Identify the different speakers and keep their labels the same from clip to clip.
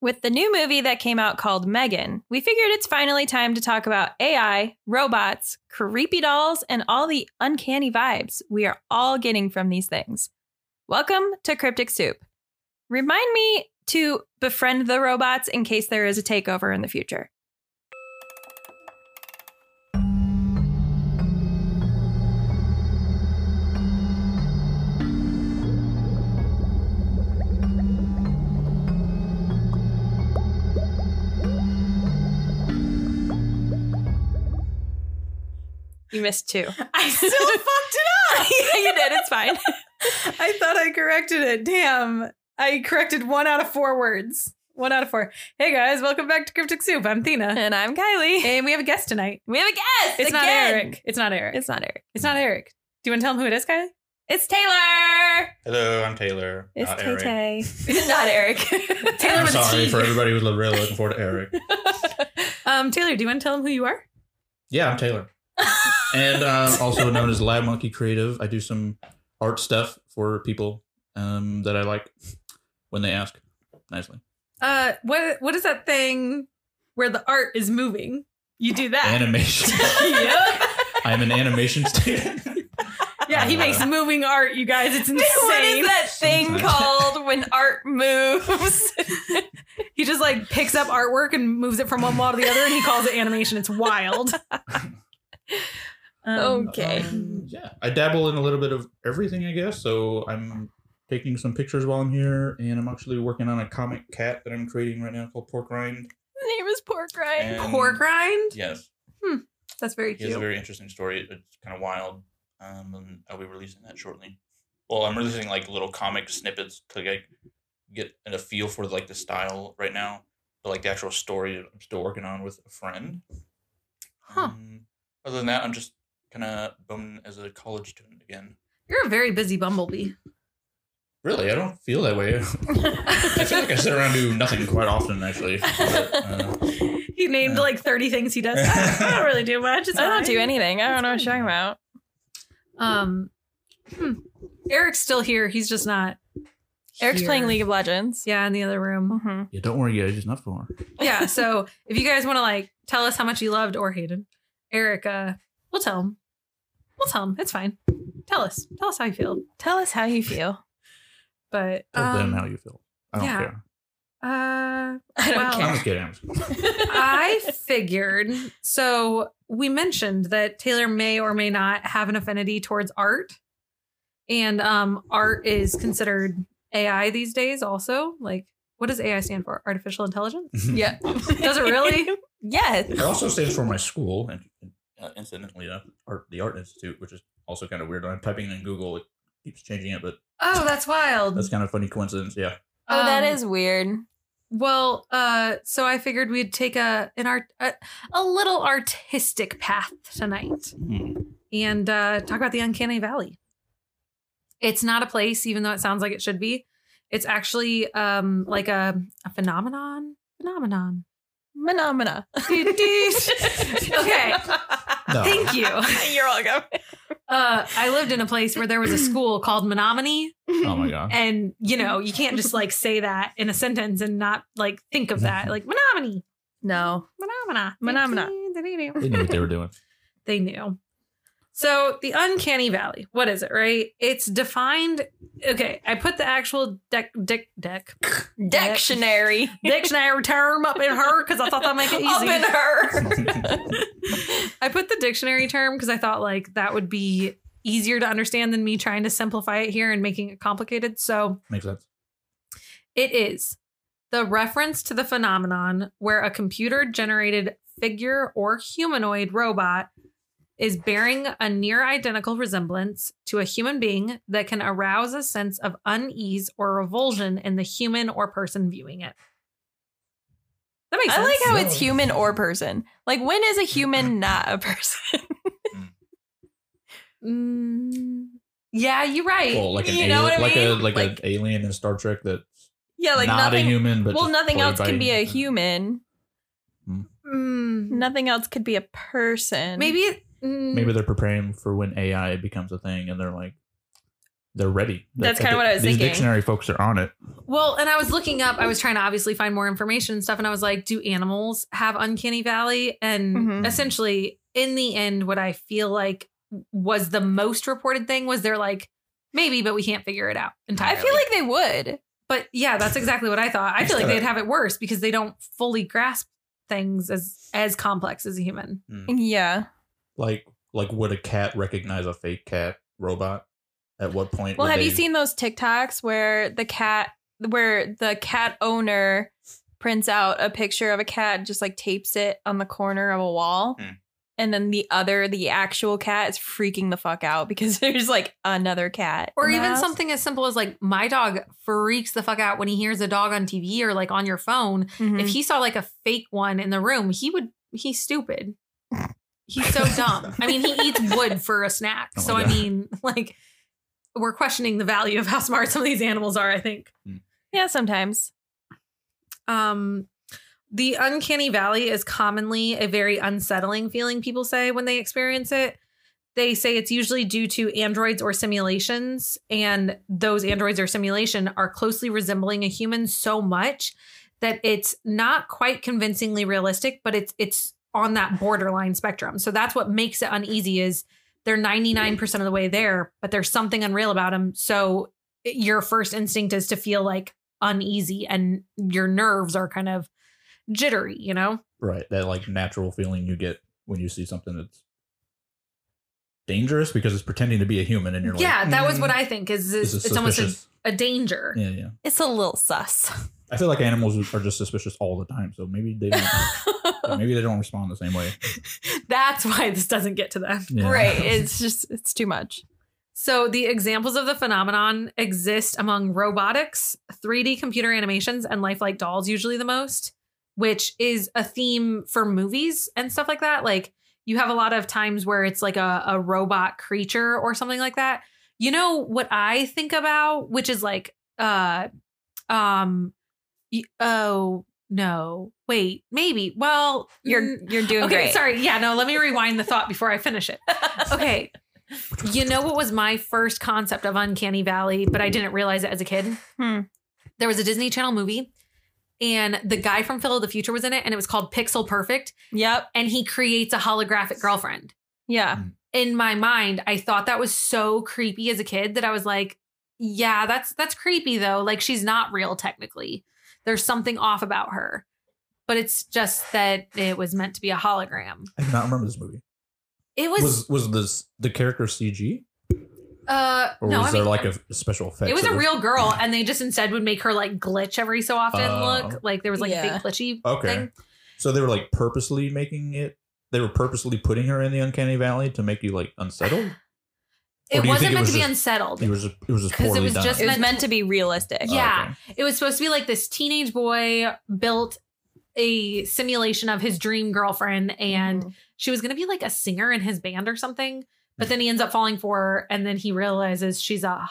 Speaker 1: With the new movie that came out called Megan, we figured it's finally time to talk about AI, robots, creepy dolls, and all the uncanny vibes we are all getting from these things. Welcome to Cryptic Soup. Remind me to befriend the robots in case there is a takeover in the future. You missed two.
Speaker 2: I still fucked it
Speaker 1: yeah,
Speaker 2: up.
Speaker 1: you did. It's fine.
Speaker 2: I thought I corrected it. Damn. I corrected one out of four words. One out of four. Hey guys, welcome back to Cryptic Soup. I'm Thina.
Speaker 1: And I'm Kylie.
Speaker 2: and we have a guest tonight.
Speaker 1: We have a guest.
Speaker 2: It's not
Speaker 1: again.
Speaker 2: Eric. It's not Eric. It's,
Speaker 1: It's not Eric.
Speaker 2: not Eric. Do you want to tell him who it is, Kylie?
Speaker 1: It's Taylor.
Speaker 3: Hello, I'm Taylor.
Speaker 1: It's
Speaker 3: not
Speaker 1: Tay
Speaker 3: Eric.
Speaker 1: Tay. not Eric.
Speaker 2: Taylor
Speaker 3: I'm
Speaker 2: with a
Speaker 3: sorry
Speaker 2: T.
Speaker 3: for everybody who's really looking forward to Eric.
Speaker 2: Um, Taylor, do you want to tell him who you are?
Speaker 3: Yeah, I'm Taylor. and um, also known as Lab Monkey Creative. I do some art stuff for people um, that I like when they ask nicely.
Speaker 2: Uh, what what is that thing where the art is moving? You do
Speaker 1: Ah.
Speaker 2: that.
Speaker 3: Animation.
Speaker 2: yep.
Speaker 3: I'm an animation student.
Speaker 2: Yeah, he makes moving art, you guys. It's insane.
Speaker 1: What is that thing
Speaker 3: Sometimes.
Speaker 1: called when art moves?
Speaker 2: He just like picks up artwork and moves it from one wall to the other, and he calls it animation. It's wild. Um,
Speaker 1: Okay.
Speaker 3: Um, yeah, I dabble in a little bit of everything, I guess. So I'm taking some pictures while I'm here, and I'm actually working on a comic cat that I'm creating right now called Pork Rind.
Speaker 1: His name is Pork Rind.
Speaker 3: And-
Speaker 2: Oh, Pork rind.
Speaker 3: Yes.
Speaker 2: That's very
Speaker 3: He has a
Speaker 2: cute.
Speaker 3: very interesting story. It's kind of wild. Um, and I'll be releasing that shortly. Well, I'm releasing like little comic snippets to like get a feel for like the style right now, but like the actual story I'm still working on with a friend.
Speaker 2: Huh.
Speaker 3: Um, other than that, I'm just kind of bumming as a college student again.
Speaker 2: You're a very busy bumblebee.
Speaker 3: Really, I don't feel that way. I feel like I sit around and do nothing quite often, actually. But, uh,
Speaker 2: He named
Speaker 3: Yeah.
Speaker 2: like 30 things he does. I I don't really do much. It's
Speaker 1: I don't
Speaker 2: fine.
Speaker 1: do anything. I don't know what you're talking about.
Speaker 2: Um, hmm. Eric's still here. He's just not.
Speaker 1: Eric's
Speaker 2: here.
Speaker 1: playing League of Legends.
Speaker 2: Yeah, in the other room.
Speaker 1: Mm-hmm.
Speaker 3: yeah, don't worry, guys. It's not far.
Speaker 2: Yeah. So if you guys want to like tell us how much you loved or hated Eric, uh, we'll tell him. We'll tell him. It's fine. Tell us. Tell us how you feel.
Speaker 1: Tell us how you feel.
Speaker 2: But
Speaker 3: Tell
Speaker 2: um,
Speaker 3: them how you feel. I don't
Speaker 2: yeah.
Speaker 3: care.
Speaker 2: Uh,
Speaker 1: I don't
Speaker 2: Wow.
Speaker 3: I'm just kidding. I'm just kidding.
Speaker 2: I figured. So we mentioned that Taylor may or may not have an affinity towards art, and um, art is considered AI these days. Also, like, what does AI stand for? Artificial intelligence?
Speaker 1: yeah.
Speaker 2: Does it really?
Speaker 1: Yes.
Speaker 3: It also stands for my school, and uh, incidentally, uh, art, the Art Institute, which is also kind of weird. I'm typing in Google, it keeps changing it, but
Speaker 2: Oh, that's wild.
Speaker 3: that's kind of funny coincidence. Yeah.
Speaker 1: Oh, that
Speaker 2: Um,
Speaker 1: is weird.
Speaker 2: Well, uh, so I figured we'd take a an art a, a little artistic path tonight
Speaker 1: Hmm.
Speaker 2: and uh, talk about the Uncanny Valley. It's not a place, even though it sounds like it should be. It's actually um, like a, a phenomenon. Phenomenon.
Speaker 1: Phenomena.
Speaker 2: Dude, dude. Okay.
Speaker 3: No.
Speaker 2: Thank you.
Speaker 1: You're welcome.
Speaker 2: Uh, I lived in a place where there was a school called Menominee,
Speaker 3: Oh my god.
Speaker 2: and you know you can't just like say that in a sentence and not like think of that like Menominee,
Speaker 1: No.
Speaker 2: Menomina,
Speaker 1: Menomina.
Speaker 3: They knew what they were doing.
Speaker 2: they knew. So the uncanny valley, what is it, right? It's defined. Okay, I put the actual deck deck deck
Speaker 1: Dictionary.
Speaker 2: dictionary term up in her because I thought that'd make it
Speaker 1: Up
Speaker 2: easy.
Speaker 1: in her.
Speaker 2: I put the dictionary term because I thought like that would be easier to understand than me trying to simplify it here and making it complicated. So
Speaker 3: Makes sense.
Speaker 2: It is the reference to the phenomenon where a computer generated figure or humanoid robot is bearing a near identical resemblance to a human being that can arouse a sense of unease or revulsion in the human or person viewing it. That makes
Speaker 1: I
Speaker 2: sense.
Speaker 1: like how
Speaker 3: No.
Speaker 1: it's human or person. Like, when is a human not a person?
Speaker 2: Mm, yeah, you're right.
Speaker 3: Well, like an
Speaker 1: You
Speaker 3: alien,
Speaker 1: know what I
Speaker 3: like a
Speaker 1: mean?
Speaker 3: like, an
Speaker 1: Like-
Speaker 3: alien in Star Trek that's
Speaker 1: yeah, like
Speaker 3: not
Speaker 1: nothing.
Speaker 3: a human, but
Speaker 1: well,
Speaker 3: just
Speaker 1: nothing
Speaker 3: played
Speaker 1: else
Speaker 3: by
Speaker 1: can be a human.
Speaker 2: Mm,
Speaker 1: Nothing else could be a person.
Speaker 2: maybe. mm,
Speaker 3: Maybe they're preparing for when AI becomes a thing, and they're like, They're ready.
Speaker 1: That's kinda what I was
Speaker 3: these
Speaker 1: thinking.
Speaker 3: dictionary folks are on it.
Speaker 2: Well, and I was looking up, I was trying to obviously find more information and stuff. And I was like, do animals have uncanny valley? And
Speaker 1: Mhm.
Speaker 2: essentially, in the end, what I feel like was the most reported thing was they're like, maybe, but we can't figure it out
Speaker 1: I
Speaker 2: entirely.
Speaker 1: feel like they would.
Speaker 2: but yeah, that's exactly what I thought. I feel like they'd have it worse because they don't fully grasp things as as complex as a human.
Speaker 1: Yeah.
Speaker 3: Like like would a cat recognize a fake cat robot? At what point?
Speaker 1: Well,
Speaker 3: would
Speaker 1: have you
Speaker 3: they-
Speaker 1: seen those TikToks where the cat where the cat owner prints out a picture of a cat and just like tapes it on the corner of a wall?
Speaker 4: Hmm.
Speaker 1: And then the other, the actual cat is freaking the fuck out because there's like another cat.
Speaker 2: Or
Speaker 1: in the
Speaker 2: even
Speaker 1: house.
Speaker 2: something as simple as like my dog freaks the fuck out when he hears a dog on TV or like on your phone.
Speaker 1: Mhm.
Speaker 3: Mm-hmm.
Speaker 2: If he saw like a fake one in the room, he would he's stupid. He's so dumb. I mean, he eats wood for a snack.
Speaker 3: Oh my
Speaker 2: so I
Speaker 3: God.
Speaker 2: mean, like we're questioning the value of how smart some of these animals are, I think.
Speaker 1: yeah, sometimes.
Speaker 2: Um, the uncanny valley is commonly a very unsettling feeling people say when they experience it. They say it's usually due to androids or simulations, and those androids or simulation are closely resembling a human so much that it's not quite convincingly realistic, but it's it's on that borderline spectrum. So that's what makes it uneasy is they're 99% of the way there, but there's something unreal about them. So your first instinct is to feel like uneasy and your nerves are kind of jittery, you know?
Speaker 3: right that like natural feeling you get when you see something that's dangerous because it's pretending to be a human and you're like "Mm,
Speaker 2: yeah, that was what I think is,
Speaker 3: this
Speaker 2: is
Speaker 3: is
Speaker 2: it's almost a,
Speaker 3: suspicious.
Speaker 2: a danger.
Speaker 3: yeah yeah
Speaker 1: It's a little sus.
Speaker 3: i feel like animals are just suspicious all the time so maybe they don't maybe they don't respond the same way
Speaker 2: That's why this doesn't get to them.
Speaker 3: Yeah.
Speaker 1: Right. It's just it's too much.
Speaker 2: So the examples of the phenomenon exist among robotics, 3D computer animations, and lifelike dolls usually the most, which is a theme for movies and stuff like that. Like you have a lot of times where it's like a, a robot creature or something like that. You know what I think about, which is like uh um y- oh no. Wait, maybe. Well,
Speaker 1: You're you're doing
Speaker 2: Mm. Okay,
Speaker 1: great.
Speaker 2: sorry. Yeah, no, let me rewind the thought before I finish it. Okay. You know what was my first concept of Uncanny Valley, but I didn't realize it as a kid?
Speaker 1: Hmm.
Speaker 2: There was a Disney Channel movie, and the guy from Phil of the Future was in it, and it was called Pixel Perfect,
Speaker 1: Yep.
Speaker 2: and he creates a holographic girlfriend.
Speaker 1: Yeah.
Speaker 2: In my mind, I thought that was so creepy as a kid that I was like, yeah, that's that's creepy though. Like she's not real technically. There's something off about her. But it's just that it was meant to be a hologram.
Speaker 3: i do not remember this movie
Speaker 2: It was,
Speaker 3: was was this the character cg
Speaker 2: uh
Speaker 3: or
Speaker 2: no,
Speaker 3: was
Speaker 2: I
Speaker 3: there
Speaker 2: mean,
Speaker 3: like a special effect
Speaker 2: it was a real girl, and they just instead would make her like glitch every so often.
Speaker 3: Oh.
Speaker 2: look like there was like
Speaker 1: Yeah.
Speaker 2: a big glitchy
Speaker 3: Okay.
Speaker 2: thing.
Speaker 3: so they were like purposely making it they were purposely putting her in the uncanny valley to make you like unsettled
Speaker 2: It
Speaker 3: do you think
Speaker 2: wasn't
Speaker 3: it
Speaker 2: meant
Speaker 3: was
Speaker 2: to be
Speaker 3: just-
Speaker 2: unsettled.
Speaker 3: it was just, it was just
Speaker 2: 'Cause it
Speaker 3: poorly
Speaker 2: was
Speaker 3: done
Speaker 2: just
Speaker 1: It was
Speaker 2: meant
Speaker 1: meant to be realistic.
Speaker 3: Oh,
Speaker 2: yeah.
Speaker 3: okay.
Speaker 2: It was supposed to be like this teenage boy built a simulation of his dream girlfriend, and
Speaker 1: Mm-hmm.
Speaker 2: she was gonna be like a singer in his band or something. But then he ends up falling for her, and then he realizes she's a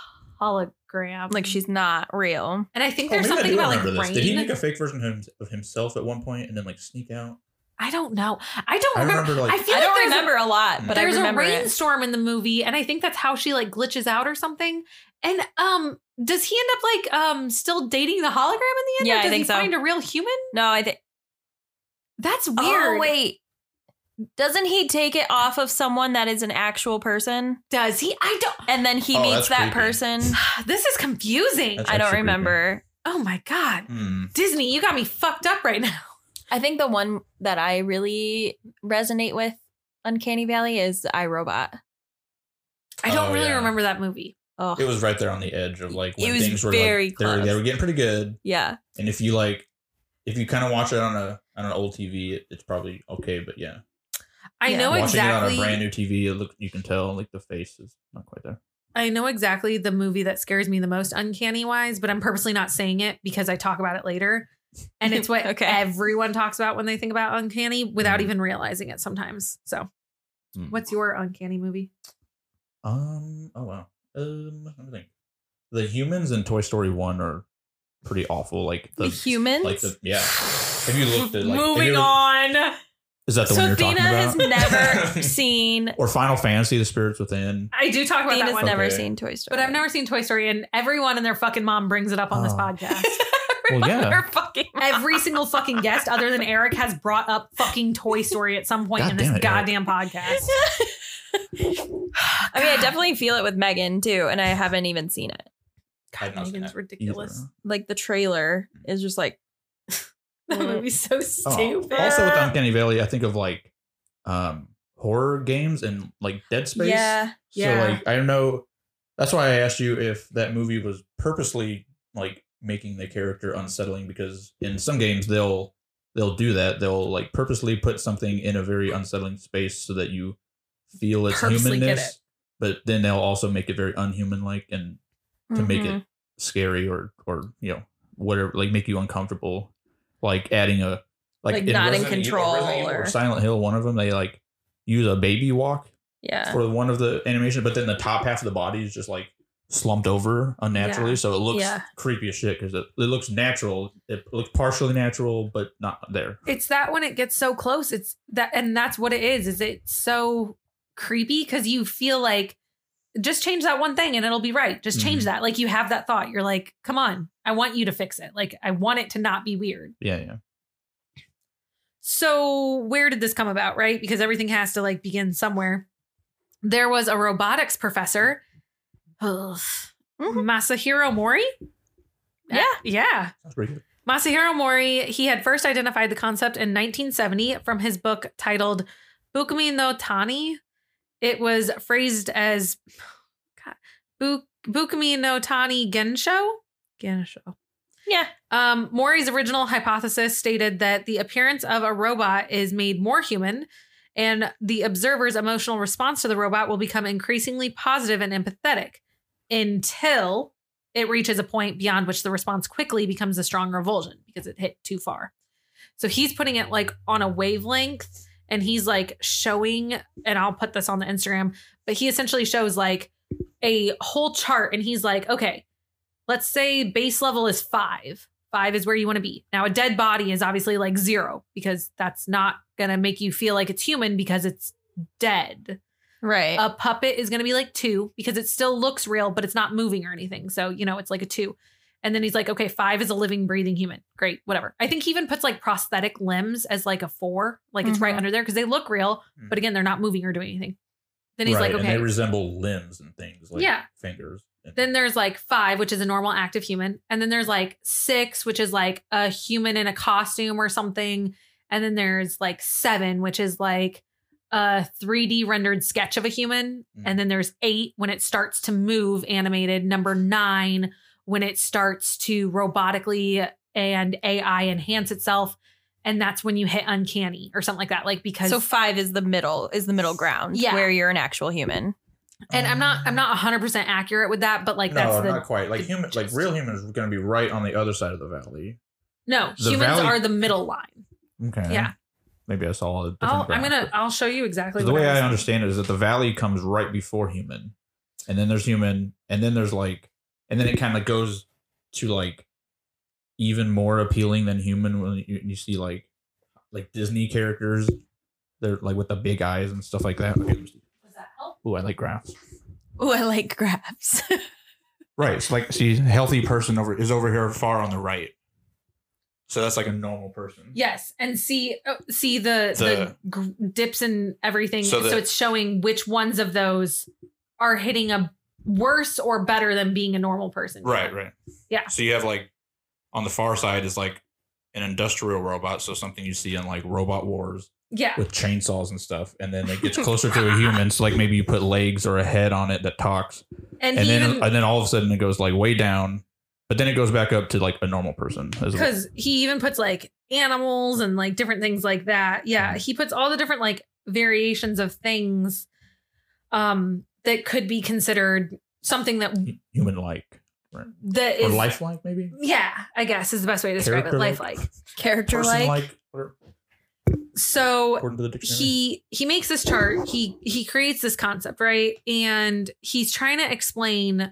Speaker 2: hologram.
Speaker 1: like she's not real.
Speaker 2: and I think
Speaker 3: Oh,
Speaker 2: there's
Speaker 3: maybe I
Speaker 2: something
Speaker 3: do
Speaker 2: about like
Speaker 3: remember
Speaker 2: rain.
Speaker 3: Did he make a fake version of him- of himself at one point and then like sneak out?
Speaker 2: I don't know. I don't
Speaker 3: I
Speaker 2: remember.
Speaker 3: remember like
Speaker 2: I feel
Speaker 1: I
Speaker 2: like
Speaker 1: don't
Speaker 2: there's a-
Speaker 1: remember a lot, but I
Speaker 2: there's a
Speaker 1: remember it.
Speaker 2: rainstorm in the movie and i think that's how she like glitches out or something and um does he end up like um still dating the hologram in the end
Speaker 1: Yeah,
Speaker 2: or
Speaker 1: I
Speaker 2: does
Speaker 1: think
Speaker 2: he
Speaker 1: so.
Speaker 2: find a real human
Speaker 1: No, I think
Speaker 2: that's weird
Speaker 1: Oh wait. Doesn't he take it off of someone that is an actual person?
Speaker 2: does he i don't
Speaker 1: And then he
Speaker 4: Oh,
Speaker 1: meets
Speaker 4: that's
Speaker 1: that
Speaker 4: creepy.
Speaker 1: person.
Speaker 2: this is confusing
Speaker 3: That's
Speaker 1: I
Speaker 3: actually
Speaker 1: don't
Speaker 3: creepy.
Speaker 1: remember.
Speaker 2: oh my god
Speaker 4: Hmm.
Speaker 2: disney you got me fucked up right now
Speaker 1: I think the one that I really resonate with Uncanny Valley is iRobot.
Speaker 2: i don't
Speaker 3: Oh,
Speaker 2: really
Speaker 3: yeah.
Speaker 2: remember that movie
Speaker 1: Oh
Speaker 3: It was right there on the edge of like when
Speaker 1: It was
Speaker 3: things were
Speaker 1: very
Speaker 3: like, they, were, they
Speaker 1: close.
Speaker 3: were getting pretty good.
Speaker 1: yeah.
Speaker 3: And if you like, if you kind of watch it on a on an old TV, it, it's probably okay. But yeah,
Speaker 2: i
Speaker 1: Yeah.
Speaker 2: know
Speaker 3: watching
Speaker 2: exactly
Speaker 3: it on a brand new TV, it look you can tell like the face is not quite there.
Speaker 2: I know exactly the movie that scares me the most, uncanny wise, but I'm purposely not saying it because I talk about it later. And it's what
Speaker 1: Okay.
Speaker 2: everyone talks about when they think about uncanny without
Speaker 3: Mm.
Speaker 2: even realizing it sometimes. So,
Speaker 3: Mm.
Speaker 2: what's your uncanny movie?
Speaker 3: Um. Oh wow. Um. Let me think. The humans in Toy Story One are pretty awful. Like
Speaker 1: The humans?
Speaker 3: Like the yeah. Have you looked at like have you
Speaker 2: Moving
Speaker 3: ever-
Speaker 2: on.
Speaker 3: Is that the one
Speaker 1: so
Speaker 3: you're
Speaker 1: Athena
Speaker 3: talking about?
Speaker 1: has never seen.
Speaker 3: or Final Fantasy: The Spirits Within?
Speaker 2: I do talk about that
Speaker 1: Athena's
Speaker 2: one,
Speaker 1: never
Speaker 3: Okay.
Speaker 1: seen Toy Story.
Speaker 2: but I've never seen Toy Story, and everyone and their fucking mom brings it up on this
Speaker 3: Oh.
Speaker 2: podcast.
Speaker 3: Well, yeah.
Speaker 1: Her fucking
Speaker 2: Every single fucking guest, other than Eric, has brought up fucking Toy Story at some point
Speaker 3: God
Speaker 2: in this
Speaker 3: damn it,
Speaker 2: goddamn
Speaker 3: Eric.
Speaker 2: podcast.
Speaker 1: I mean, I definitely feel it with Megan too, and I haven't even seen it.
Speaker 4: I've not
Speaker 2: God,
Speaker 4: seen
Speaker 2: Megan's
Speaker 4: that
Speaker 2: ridiculous.
Speaker 1: Like the trailer is just like
Speaker 2: That movie's so
Speaker 3: Oh.
Speaker 2: stupid.
Speaker 3: Also with Uncanny Valley, I think of like um horror games and like Dead Space.
Speaker 1: yeah,
Speaker 2: Yeah.
Speaker 3: So like I don't know. That's why I asked you if that movie was purposely like making the character unsettling because in some games they'll they'll do that. They'll like purposely put something in a very unsettling space so that you feel its
Speaker 2: Purposely get
Speaker 3: humanness.
Speaker 2: it.
Speaker 3: But then they'll also make it very unhuman like and to make
Speaker 2: Mm-hmm.
Speaker 1: Mm-hmm.
Speaker 3: it scary or or you know whatever like make you uncomfortable like adding a like,
Speaker 1: Like not in
Speaker 3: Resident Evil-
Speaker 1: control
Speaker 3: Resident Evil
Speaker 1: or-
Speaker 3: Silent Hill one of them they like use a baby walk
Speaker 1: yeah.
Speaker 3: for one of the animation but then the top half of the body is just like slumped over unnaturally
Speaker 2: Yeah.
Speaker 3: so it looks
Speaker 2: Yeah.
Speaker 3: creepy as shit because it, it looks natural it looks partially natural but not there
Speaker 2: It's that when it gets so close, it's that, and that's what it is. Is it's so creepy because you feel like just change that one thing and it'll be right. Just change
Speaker 3: Mhm.
Speaker 2: that. Like you have that thought. You're like, come on, I want you to fix it. Like I want it to not be weird.
Speaker 3: yeah yeah
Speaker 2: So where did this come about, right? Because everything has to like begin somewhere. There was a robotics professor, ugh,
Speaker 1: Mhm.
Speaker 2: Masahiro Mori.
Speaker 1: Yeah.
Speaker 2: Mm-hmm. yeah.
Speaker 3: that's pretty good
Speaker 2: Masahiro Mori, he had first identified the concept in 1970 from his book titled Bukumi no Tani. It was phrased as God, Buk- Bukumi no Tani Gensho. Gensho.
Speaker 1: Yeah.
Speaker 2: Um, Mori's original hypothesis stated that the appearance of a robot is made more human, and the observer's emotional response to the robot will become increasingly positive and empathetic until it reaches a point beyond which the response quickly becomes a strong revulsion because it hit too far. So he's putting it like on a wavelength and he's like showing, and I'll put this on the Instagram, but he essentially shows like a whole chart and he's like, okay, let's say base level is five. Five is where you want to be. Now, a dead body is obviously like zero because that's not going to make you feel like it's human because it's dead
Speaker 1: right.
Speaker 2: a puppet is going to be like two because it still looks real, but it's not moving or anything. So, you know, it's like a two. And then he's like, okay, five is a living, breathing human. Great, whatever. I think he even puts like prosthetic limbs as like a four, like it's
Speaker 3: Mm-hmm.
Speaker 2: right
Speaker 1: Mhm.
Speaker 2: under there because they look real, but again, they're not moving or doing anything. Then he's
Speaker 3: Mm. right
Speaker 2: like,
Speaker 3: and
Speaker 2: okay.
Speaker 3: they resemble limbs and things like
Speaker 2: Yeah.
Speaker 3: fingers and-
Speaker 2: then there's like five, which is a normal active human. And then there's like six, which is like a human in a costume or something. And then there's like seven, which is like a 3D rendered sketch of a human.
Speaker 3: Mm.
Speaker 2: And then there's eight when it starts to move animated. Number nine when it starts to robotically and AI enhance itself. And that's when you hit uncanny or something like that. Like because
Speaker 1: so five is the middle is the middle ground
Speaker 2: Yeah.
Speaker 1: where you're an actual human.
Speaker 2: and I'm not I'm not 100 percent accurate with that, but like
Speaker 3: no,
Speaker 2: that's the
Speaker 3: not quite. Like
Speaker 2: the
Speaker 3: human, like
Speaker 2: gist.
Speaker 3: real humans are going to be right on the other side of the valley.
Speaker 2: no
Speaker 3: The
Speaker 2: humans
Speaker 3: value-
Speaker 2: are the middle line.
Speaker 3: Okay.
Speaker 2: Yeah.
Speaker 3: Maybe I saw a
Speaker 2: I'll,
Speaker 3: different.
Speaker 2: I'm
Speaker 3: graph.
Speaker 2: gonna. I'll show you exactly.
Speaker 3: 'Cause the
Speaker 2: what
Speaker 3: way
Speaker 2: was
Speaker 3: I
Speaker 2: thinking.
Speaker 3: understand it is that the valley comes right before human, and then there's human, and then there's like, and then it kind of goes to like even more appealing than human when you, you see like like Disney characters, they're like with the big eyes and stuff like that. Okay.
Speaker 2: Does that help?
Speaker 3: Ooh, I like graphs.
Speaker 1: Oh, I like graphs.
Speaker 3: Right. It's like see, healthy person over is over here far on the right. So that's like a normal person.
Speaker 2: Yes, and see, oh, see the the,
Speaker 4: The-
Speaker 2: gr- dips and everything. So,
Speaker 4: So the-
Speaker 2: it's showing which ones of those are hitting a worse or better than being a normal person.
Speaker 4: Right, right.
Speaker 2: Yeah.
Speaker 4: So you have like on the far side is like an industrial robot, so something you see in like Robot Wars
Speaker 2: Yeah.
Speaker 3: with chainsaws and stuff, and then it gets closer to a human. So like maybe you put legs or a head on it that talks,
Speaker 2: And,
Speaker 3: and
Speaker 2: he
Speaker 3: then
Speaker 2: even
Speaker 3: and then all of a sudden it goes like way down, but then it goes back up to like a normal person. as well.
Speaker 2: because he even puts like animals and like different things like that.
Speaker 3: Mm-hmm.
Speaker 2: Yeah, he puts all the different like variations of things um that could be considered something that
Speaker 3: human like
Speaker 2: that
Speaker 3: or
Speaker 2: is
Speaker 3: lifelike maybe
Speaker 2: Yeah, I guess is the best way to describe it.
Speaker 3: Character-like.
Speaker 2: Lifelike.
Speaker 1: Character
Speaker 3: person
Speaker 1: like
Speaker 3: like
Speaker 2: So
Speaker 3: according to the dictionary.
Speaker 2: he he makes this chart. He he creates this concept, right? And he's trying to explain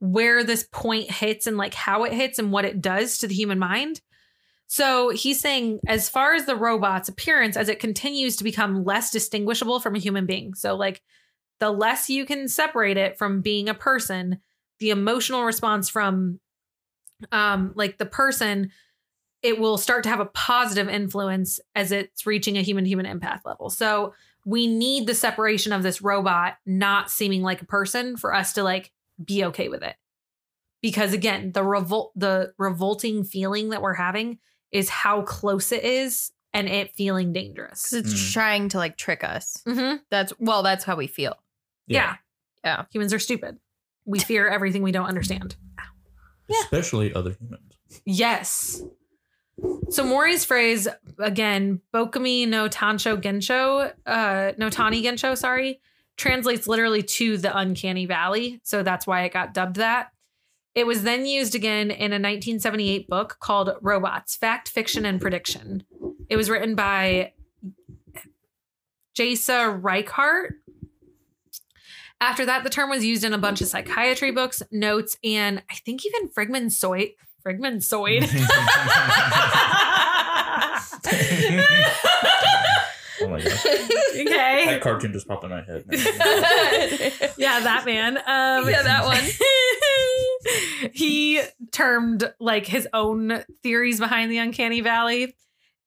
Speaker 2: where this point hits and like how it hits and what it does to the human mind. So he's saying, as far as the robot's appearance, as it continues to become less distinguishable from a human being. So, like, the less you can separate it from being a person, the emotional response from, um, like the person, it will start to have a positive influence as it's reaching a human-human empath level. So we need the separation of this robot not seeming like a person for us to like be okay with it. Because again, the revolt, the revolting feeling that we're having is how close it is and it feeling dangerous.
Speaker 1: Because it's
Speaker 3: Mm.
Speaker 1: trying to like trick us.
Speaker 2: Mm-hmm.
Speaker 1: That's well, that's how we feel.
Speaker 2: Yeah.
Speaker 1: Yeah.
Speaker 2: Humans are stupid. We fear everything we don't understand.
Speaker 1: Yeah.
Speaker 3: Especially other humans.
Speaker 2: Yes. So Mori's phrase again, Bokami no Tancho Gensho, uh, no Tani Gensho, sorry, translates literally to the uncanny valley. So that's why it got dubbed that. It was then used again in a 1978 book called Robots Fact, Fiction, and Prediction. It was written by Jasa Reichart. After that, the term was used in a bunch of psychiatry books, notes, and I think even Frigman Soit. Frigman Soit.
Speaker 3: Oh my god.
Speaker 2: okay.
Speaker 3: That cartoon just popped in my head.
Speaker 2: Yeah, that man. Um,
Speaker 1: Yeah, that
Speaker 2: one. he termed like his own theories behind the uncanny valley.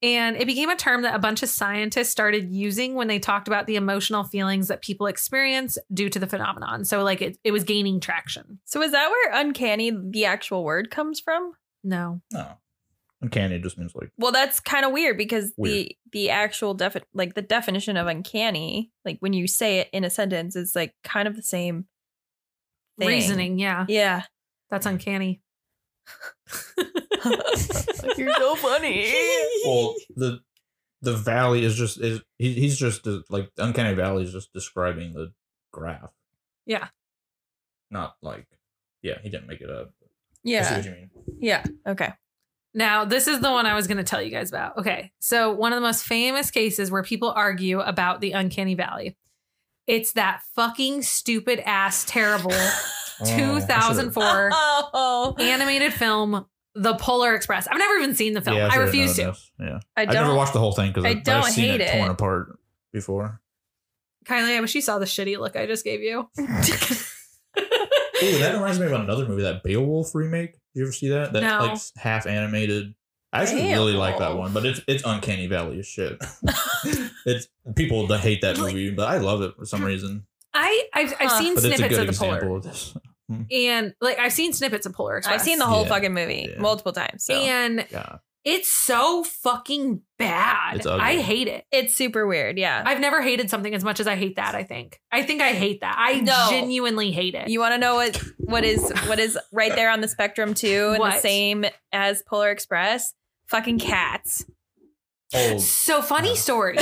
Speaker 2: And it became a term that a bunch of scientists started using when they talked about the emotional feelings that people experience due to the phenomenon. So, like, it, it was gaining traction.
Speaker 1: So is that where uncanny the actual word comes from?
Speaker 2: No.
Speaker 3: No. Uncanny just means like
Speaker 1: Well, that's kind of weird because
Speaker 3: Weird.
Speaker 1: the the actual defi- like the definition of uncanny, like when you say it in a sentence, is like kind of the same thing.
Speaker 2: Reasoning. Yeah.
Speaker 1: Yeah.
Speaker 2: That's uncanny.
Speaker 1: You're so funny.
Speaker 3: well the the valley is just is he, he's just uh, like uncanny valley is just describing the graph
Speaker 2: Yeah.
Speaker 3: not like yeah he didn't make it up I see
Speaker 1: Yeah.
Speaker 3: what you mean Oh,
Speaker 1: Yeah. Okay.
Speaker 2: Now, this is the one I was going to tell you guys about. Okay. So, one of the most famous cases where people argue about the uncanny valley. It's that fucking stupid ass terrible
Speaker 3: Oh, I should've-
Speaker 2: 2004
Speaker 1: Oh,
Speaker 2: animated film The Polar Express. I've never even seen the film.
Speaker 3: yeah,
Speaker 2: I
Speaker 3: should've
Speaker 2: refuse
Speaker 3: known
Speaker 2: to.
Speaker 3: this. yeah
Speaker 1: I
Speaker 3: I never
Speaker 1: don't.
Speaker 3: watched the whole thing because
Speaker 1: I
Speaker 3: I've
Speaker 1: don't
Speaker 3: seen
Speaker 1: hate
Speaker 3: it, torn
Speaker 1: it.
Speaker 3: apart before
Speaker 2: Kylie, I wish you saw the shitty look I just gave you.
Speaker 3: Ooh, that reminds me of another movie that Beowulf remake Did you ever see that that
Speaker 2: No.
Speaker 3: like half animated I actually really like that one, but it's it's uncanny valley as shit. it's people that hate that movie, but I love it for some reason.
Speaker 2: I, I've, I've
Speaker 1: Huh.
Speaker 2: seen
Speaker 3: but it's a
Speaker 2: snippets of
Speaker 3: good
Speaker 2: The
Speaker 3: example
Speaker 2: Polar.
Speaker 3: of this.
Speaker 2: And, like, I've seen snippets of Polar Express.
Speaker 1: I've seen the whole
Speaker 3: Yeah.
Speaker 1: fucking movie
Speaker 3: Yeah.
Speaker 1: multiple times. So.
Speaker 2: And
Speaker 3: Yeah,
Speaker 2: it's so fucking bad.
Speaker 3: It's ugly.
Speaker 2: I hate it.
Speaker 1: it's super weird. Yeah.
Speaker 2: I've never hated something as much as I hate that. I think. I think I hate that. I
Speaker 1: No.
Speaker 2: genuinely hate it.
Speaker 1: You want to know what what is what is right there on the spectrum too, and the
Speaker 2: What?
Speaker 1: same as Polar Express? Fucking cats.
Speaker 3: old,
Speaker 2: so funny
Speaker 3: Yeah.
Speaker 2: story.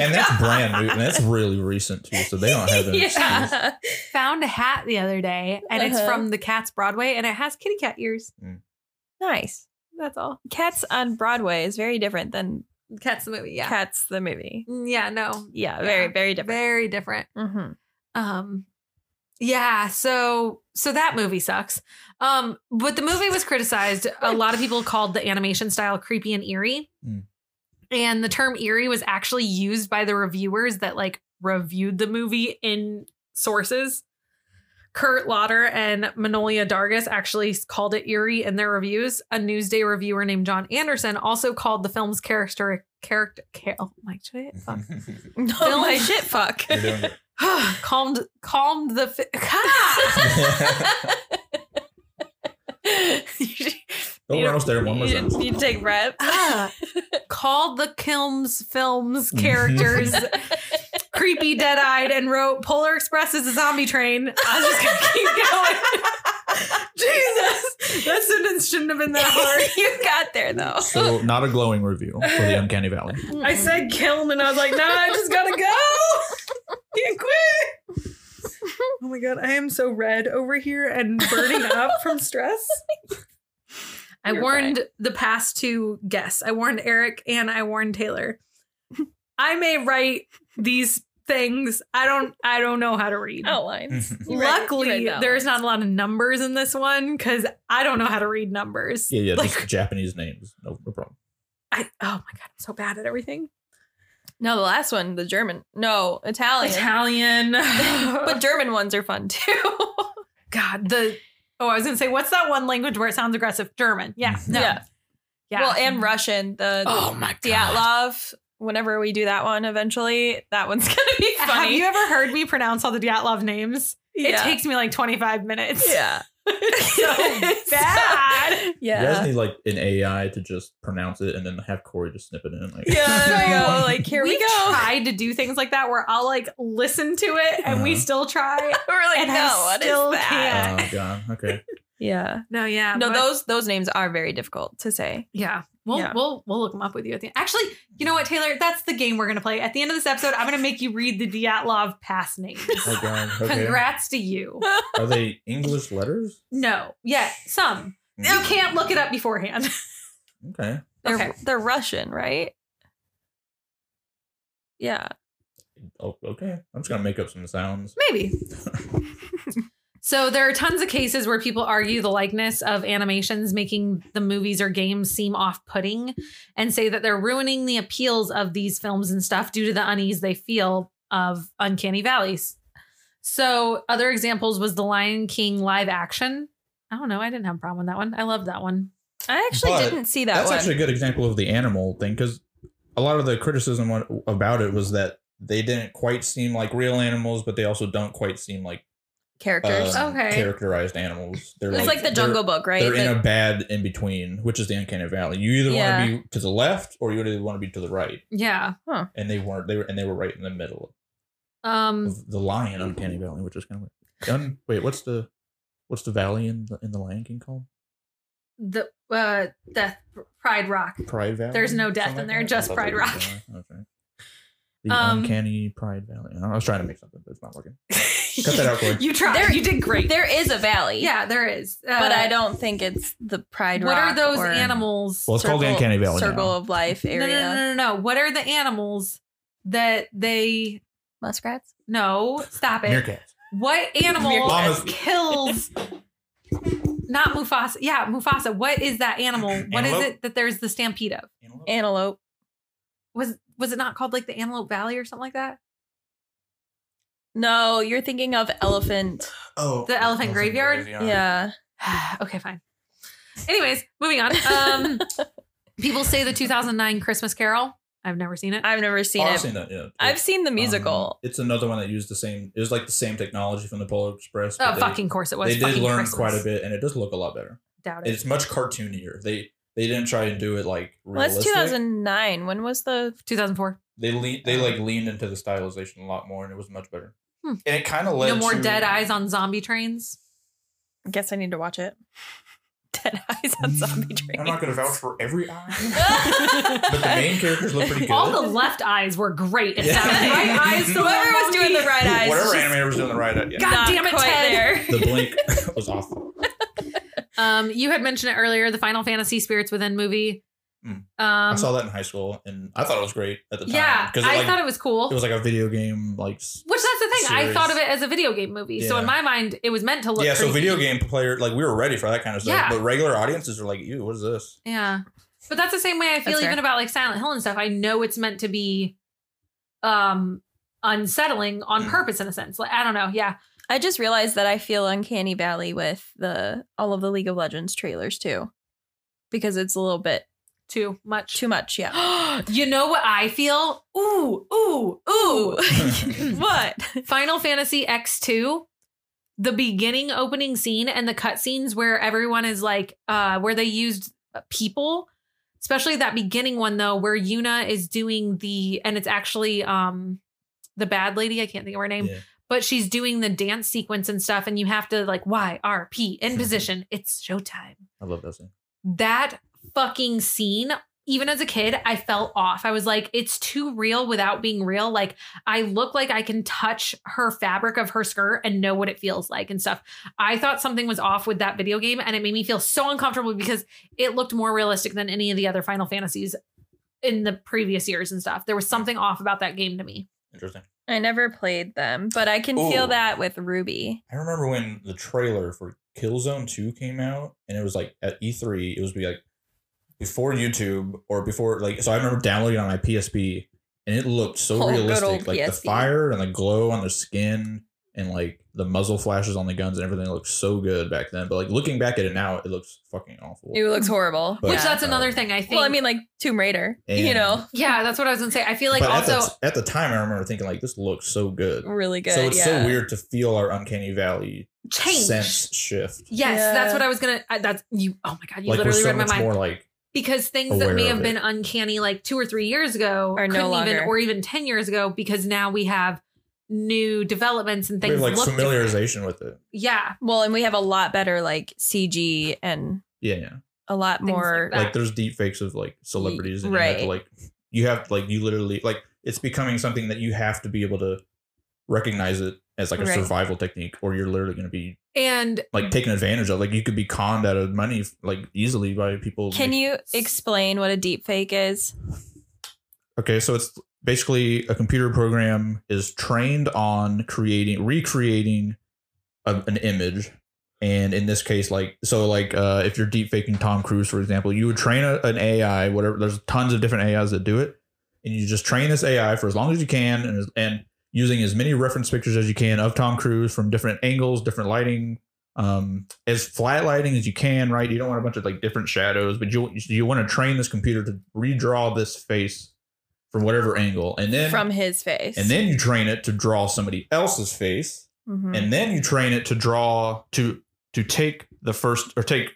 Speaker 3: and that's brand new, and that's really recent too. So they don't have an excuse.
Speaker 1: yeah.
Speaker 2: Found a hat the other day, and it's
Speaker 1: Uh-huh.
Speaker 2: from the Cats Broadway, and it has kitty cat ears.
Speaker 1: Nice.
Speaker 2: That's all.
Speaker 1: Cats on Broadway is very different than
Speaker 2: Cats the movie. Yeah.
Speaker 1: Cats the movie.
Speaker 2: mm, Yeah. No.
Speaker 1: Yeah,
Speaker 2: Yeah.
Speaker 1: very, very different.
Speaker 2: Very different.
Speaker 1: Mhm.
Speaker 2: Um. Yeah. So so that movie sucks. Um. But the movie was criticized. A lot of people called the animation style creepy and eerie.
Speaker 3: Mm.
Speaker 2: And the term eerie was actually used by the reviewers that like reviewed the movie in sources. Kurt Lauder and Manolia Dargis actually called it eerie in their reviews. A Newsday reviewer named John Anderson also called the film's character character. Char- oh my shit! Fuck.
Speaker 1: Oh my shit, fuck.
Speaker 3: You're doing it.
Speaker 2: calmed calmed the. Fi-
Speaker 3: Don't run us there one more time.
Speaker 1: You, you take breath.
Speaker 2: ah, called the Kilms films characters creepy, dead eyed, and wrote Polar Express is a zombie train. I was just gonna keep going. Jesus, that sentence shouldn't have been that hard.
Speaker 1: you got there though.
Speaker 3: So not a glowing review for the Uncanny Valley.
Speaker 2: I said Kilm, and I was like, nah, I just gotta go. Can't quit. Oh my god, I am so red over here and burning up from stress. I
Speaker 1: You're
Speaker 2: warned the past two guests. I warned Eric and I warned Taylor. I may write these things. I don't I don't know how to Oh, read.
Speaker 1: outlines. You read- you read
Speaker 2: Luckily,
Speaker 1: the
Speaker 2: there's not
Speaker 1: outlines.
Speaker 2: a lot of numbers in this one because I don't know how to read numbers.
Speaker 3: Yeah, yeah,
Speaker 2: Like-
Speaker 3: just Japanese names. No, no problem.
Speaker 2: I, oh my god, I'm so bad at everything.
Speaker 1: No, the last one, the German. No,
Speaker 2: Oh,
Speaker 1: Italian.
Speaker 2: Italian.
Speaker 1: but
Speaker 2: but
Speaker 1: German ones are fun too.
Speaker 2: God, the oh, I was gonna say, what's that one language where it sounds aggressive? German. Yeah. No.
Speaker 1: Yeah.
Speaker 2: Yeah.
Speaker 1: Well, and Russian. The,
Speaker 2: Mm-hmm. oh my god.
Speaker 1: the Dyatlov. Whenever we do that one eventually, that one's gonna be funny.
Speaker 2: Have you ever heard me pronounce all the Dyatlov names? It
Speaker 1: Yeah.
Speaker 2: takes me like 25 minutes.
Speaker 1: Yeah.
Speaker 2: so bad.
Speaker 1: Yeah.
Speaker 3: You guys need like an AI to just pronounce it and then have Corey just snip it in. Like,
Speaker 1: Yeah, there we go. Like, here we,
Speaker 2: We've
Speaker 1: go.
Speaker 2: tried to do things like that where I'll like listen to it and we
Speaker 3: Uh-huh.
Speaker 2: still try.
Speaker 1: We're like,
Speaker 2: And I
Speaker 1: no, what is
Speaker 2: still
Speaker 1: that?
Speaker 2: can't.
Speaker 3: Oh god. Okay.
Speaker 1: Yeah.
Speaker 2: No, yeah.
Speaker 1: No,
Speaker 2: but-
Speaker 1: those those names are very difficult to say.
Speaker 2: Yeah. We'll,
Speaker 1: Yeah.
Speaker 2: we'll we'll look them up with you at the end. Actually, you know what, Taylor? That's the game we're gonna play. At the end of this episode, I'm gonna make you read the Dyatlov pass names.
Speaker 3: Oh god. Okay.
Speaker 2: Congrats to you.
Speaker 3: Are they English letters?
Speaker 2: No, yeah, some. You can't look it up beforehand.
Speaker 3: Okay.
Speaker 1: They're
Speaker 2: Okay.
Speaker 1: they're Russian, right? Yeah.
Speaker 3: Oh, okay. I'm just gonna make up some sounds.
Speaker 2: Maybe. so there are tons of cases where people argue the likeness of animations making the movies or games seem off-putting and say that they're ruining the appeals of these films and stuff due to the unease they feel of uncanny valleys. So other examples was the Lion King live action. I don't know. I didn't have a problem with that one. I loved that one.
Speaker 1: I actually
Speaker 3: But
Speaker 1: didn't see that
Speaker 3: That's
Speaker 1: one.
Speaker 3: actually a good example of the animal thing because a lot of the criticism on- about it was that they didn't quite seem like real animals, but they also don't quite seem like
Speaker 1: Characters.
Speaker 3: um,
Speaker 2: Okay.
Speaker 3: characterized animals. They're
Speaker 1: it's like, the
Speaker 3: they're-
Speaker 1: Jungle Book, right?
Speaker 3: They're
Speaker 1: The-
Speaker 3: in a bad in between, which is the uncanny valley. You either
Speaker 1: Yeah.
Speaker 3: want to be to the left or you either want to be to the right,
Speaker 2: Yeah.
Speaker 3: and they weren't. They were and they were right in the middle
Speaker 2: Um
Speaker 3: of the lion uncanny valley, which is kind of weird. Un, wait, what's the what's the valley in the in the Lion King called?
Speaker 2: the uh Death Pride Rock.
Speaker 3: Pride Valley.
Speaker 2: There's no death
Speaker 3: Something
Speaker 2: in there,
Speaker 3: that?
Speaker 2: just
Speaker 3: I thought
Speaker 2: Pride
Speaker 3: that
Speaker 2: Rock.
Speaker 3: was the one. Okay. The
Speaker 2: Um,
Speaker 3: uncanny Pride Valley. I was trying to make something, but it's not working. Cut that out, Corey.
Speaker 2: You tried.
Speaker 1: There-
Speaker 2: you did great.
Speaker 1: there is a valley.
Speaker 2: yeah, there is.
Speaker 1: But
Speaker 2: Uh,
Speaker 1: I don't think it's the Pride
Speaker 2: What
Speaker 1: Rock
Speaker 2: are those
Speaker 1: or
Speaker 2: animals?
Speaker 3: Well, it's called
Speaker 1: Circle-
Speaker 3: Uncanny Valley.
Speaker 1: Circle
Speaker 3: now.
Speaker 1: of Life
Speaker 2: no, no,
Speaker 1: area.
Speaker 2: no, no, no, no. What are the animals that they?
Speaker 1: Muskrats?
Speaker 2: No, stop it.
Speaker 3: Meerkats.
Speaker 2: What animal
Speaker 3: Llamas.
Speaker 2: kills? Not Mufasa. Yeah, Mufasa. What is that animal? What is
Speaker 4: Antelope?
Speaker 2: it that there's the stampede of?
Speaker 4: Antelope?
Speaker 1: Antelope.
Speaker 2: Was was it not called like the Antelope Valley or something like that?
Speaker 1: No, you're thinking of elephant.
Speaker 4: Oh,
Speaker 2: The elephant graveyard?
Speaker 1: Yeah.
Speaker 2: okay, fine. Anyways, moving on. Um, people say the 2009 Christmas Carol. I've never seen it.
Speaker 1: I've never seen
Speaker 3: Oh, I've
Speaker 1: it.
Speaker 3: seen that. Yeah.
Speaker 1: I've seen the
Speaker 3: Um,
Speaker 1: musical.
Speaker 3: it's another one that used the same. It was like the same technology from the Polar Express. but
Speaker 2: oh,
Speaker 3: they,
Speaker 2: fucking course it was.
Speaker 3: They did
Speaker 2: Fucking
Speaker 3: learn
Speaker 2: Christmas.
Speaker 3: quite a bit, and it does look a lot better.
Speaker 2: Doubt it.
Speaker 3: It's much cartoonier. They they didn't try and do it like
Speaker 1: well, that's
Speaker 3: realistic.
Speaker 1: 2009. When was the
Speaker 2: 2004.
Speaker 3: They lean, they like leaned into the stylization a lot more, and it was much better.
Speaker 2: Oh. Hmm.
Speaker 3: And it kind of led
Speaker 2: No more
Speaker 3: to-
Speaker 2: dead eyes on zombie trains.
Speaker 1: I guess I need to watch it. Dead Eyes on Zombie Train.
Speaker 3: I'm not going to vouch for every eye, but the main characters look pretty good.
Speaker 2: All the left eyes were great. It
Speaker 3: Yeah.
Speaker 2: sounded right eyes. to
Speaker 1: Whoever was
Speaker 2: zombie.
Speaker 1: doing the right eyes.
Speaker 3: Whatever
Speaker 1: just
Speaker 3: animator was doing the right eye. Yeah.
Speaker 2: God
Speaker 1: not
Speaker 2: damn it,
Speaker 1: quite
Speaker 2: Ted.
Speaker 1: there.
Speaker 3: The blink was off.
Speaker 2: Um, you had mentioned it earlier, the Final Fantasy Spirits Within movie.
Speaker 3: Hmm.
Speaker 2: Um,
Speaker 3: I saw that in high school, and I thought it was great at the time.
Speaker 2: yeah,
Speaker 3: because
Speaker 2: I
Speaker 3: like,
Speaker 2: thought it was cool.
Speaker 3: it was like a video game, like s-
Speaker 2: Which that's the thing. I
Speaker 3: Serious.
Speaker 2: thought of it as a video game movie. So
Speaker 3: Yeah.
Speaker 2: in my mind, it was meant to look.
Speaker 3: yeah. So
Speaker 2: creepy.
Speaker 3: video game player, like we were ready for that kind of stuff,
Speaker 2: Yeah.
Speaker 3: but regular audiences are like, "Ew, what is this?"
Speaker 2: Yeah, but that's the same way I feel
Speaker 1: That's
Speaker 2: even
Speaker 1: fair.
Speaker 2: about like Silent Hill and stuff. I know it's meant to be, um, unsettling on
Speaker 3: Mm.
Speaker 2: purpose in a sense. Like I don't know. Yeah,
Speaker 1: I just realized that I feel uncanny valley with the all of the League of Legends trailers too. Because it's a little bit
Speaker 2: too much.
Speaker 1: too much, yeah.
Speaker 2: you know what I feel? Ooh, ooh, ooh.
Speaker 1: what?
Speaker 2: Final Fantasy X2, the beginning opening scene and the cutscenes where everyone is like, uh, where they used uh, people, especially that beginning one though, where Yuna is doing the, and it's actually um the bad lady, I can't think of her name,
Speaker 3: Yeah.
Speaker 2: but she's doing the dance sequence and stuff, and you have to like Y, R, P in position. It's showtime
Speaker 3: I love that scene.
Speaker 2: that fucking scene even as a kid i fell off i was like it's too real without being real like i look like i can touch her fabric of her skirt and know what it feels like and stuff i thought something was off with that video game and it made me feel so uncomfortable because it looked more realistic than any of the other final fantasies in the previous years and stuff there was something off about that game to me
Speaker 3: Interesting.
Speaker 1: I never played them, but I can
Speaker 4: Ooh.
Speaker 1: feel that with Ruby.
Speaker 3: I remember when the trailer for Killzone 2 came out, and it was like at E3, it was be like before YouTube or before like so I remember downloading it on my PSP and it looked so
Speaker 1: Oh, good
Speaker 3: realistic.
Speaker 1: old
Speaker 3: Like the
Speaker 1: PSP.
Speaker 3: fire and the glow on their skin and like the muzzle flashes on the guns and everything looked so good back then. But like looking back at it now, it looks fucking awful.
Speaker 1: It looks horrible.
Speaker 3: But- uh,
Speaker 2: Which
Speaker 1: yeah.
Speaker 2: that's another thing I think.
Speaker 1: well, I mean, like Tomb Raider, you
Speaker 3: And-
Speaker 1: know,
Speaker 2: yeah, that's what I was gonna say. I feel like
Speaker 3: but
Speaker 2: also
Speaker 3: at the, at the time I remember thinking like this looks so good.
Speaker 1: really good.
Speaker 3: so it's
Speaker 1: yeah.
Speaker 3: so weird to feel our uncanny valley
Speaker 2: change.
Speaker 3: sense shift.
Speaker 2: Yes,
Speaker 1: Yeah.
Speaker 2: that's what I was gonna. I, that's you. Oh my god, you
Speaker 3: like we're
Speaker 2: literally
Speaker 3: so
Speaker 2: read my
Speaker 3: much
Speaker 2: mind.
Speaker 3: more like
Speaker 2: because things that
Speaker 3: aware
Speaker 2: may
Speaker 3: of
Speaker 2: have
Speaker 3: it.
Speaker 2: been uncanny like two or three years ago
Speaker 1: Are no
Speaker 2: couldn't even
Speaker 1: longer.
Speaker 2: or even 10 years ago because now we have new developments and
Speaker 3: we
Speaker 2: things
Speaker 3: have, like
Speaker 2: look different.
Speaker 3: familiarization with it.
Speaker 2: yeah
Speaker 1: Well, and we have a lot better like CG and
Speaker 3: Yeah, yeah.
Speaker 1: a lot
Speaker 2: Things
Speaker 1: more.
Speaker 2: that.
Speaker 3: like there's deep fakes of like celebrities and you have to,
Speaker 1: right.
Speaker 3: like you have like you literally like it's becoming something that you have to be able to recognize it as like a
Speaker 1: Right. Mm.
Speaker 3: survival technique or you're literally going to be
Speaker 2: and
Speaker 3: like taken advantage of like you could be conned out of money like easily by people
Speaker 1: Can you explain what a deep fake is?
Speaker 3: okay so it's basically a computer program is trained on creating recreating a, an image and in this case like so like uh, if you're deep faking tom cruise for example you would train a, an ai whatever there's tons of different ais that do it and you just train this ai for as long as you can and, and using as many reference pictures as you can of tom cruise from different angles different lighting um, as flat lighting as you can right you don't want a bunch of like different shadows but you you want to train this computer to redraw this face from whatever angle and then
Speaker 1: From his face.
Speaker 3: and then you train it to draw somebody else's face
Speaker 1: Mhm.
Speaker 3: and then you train it to draw to to take the first or take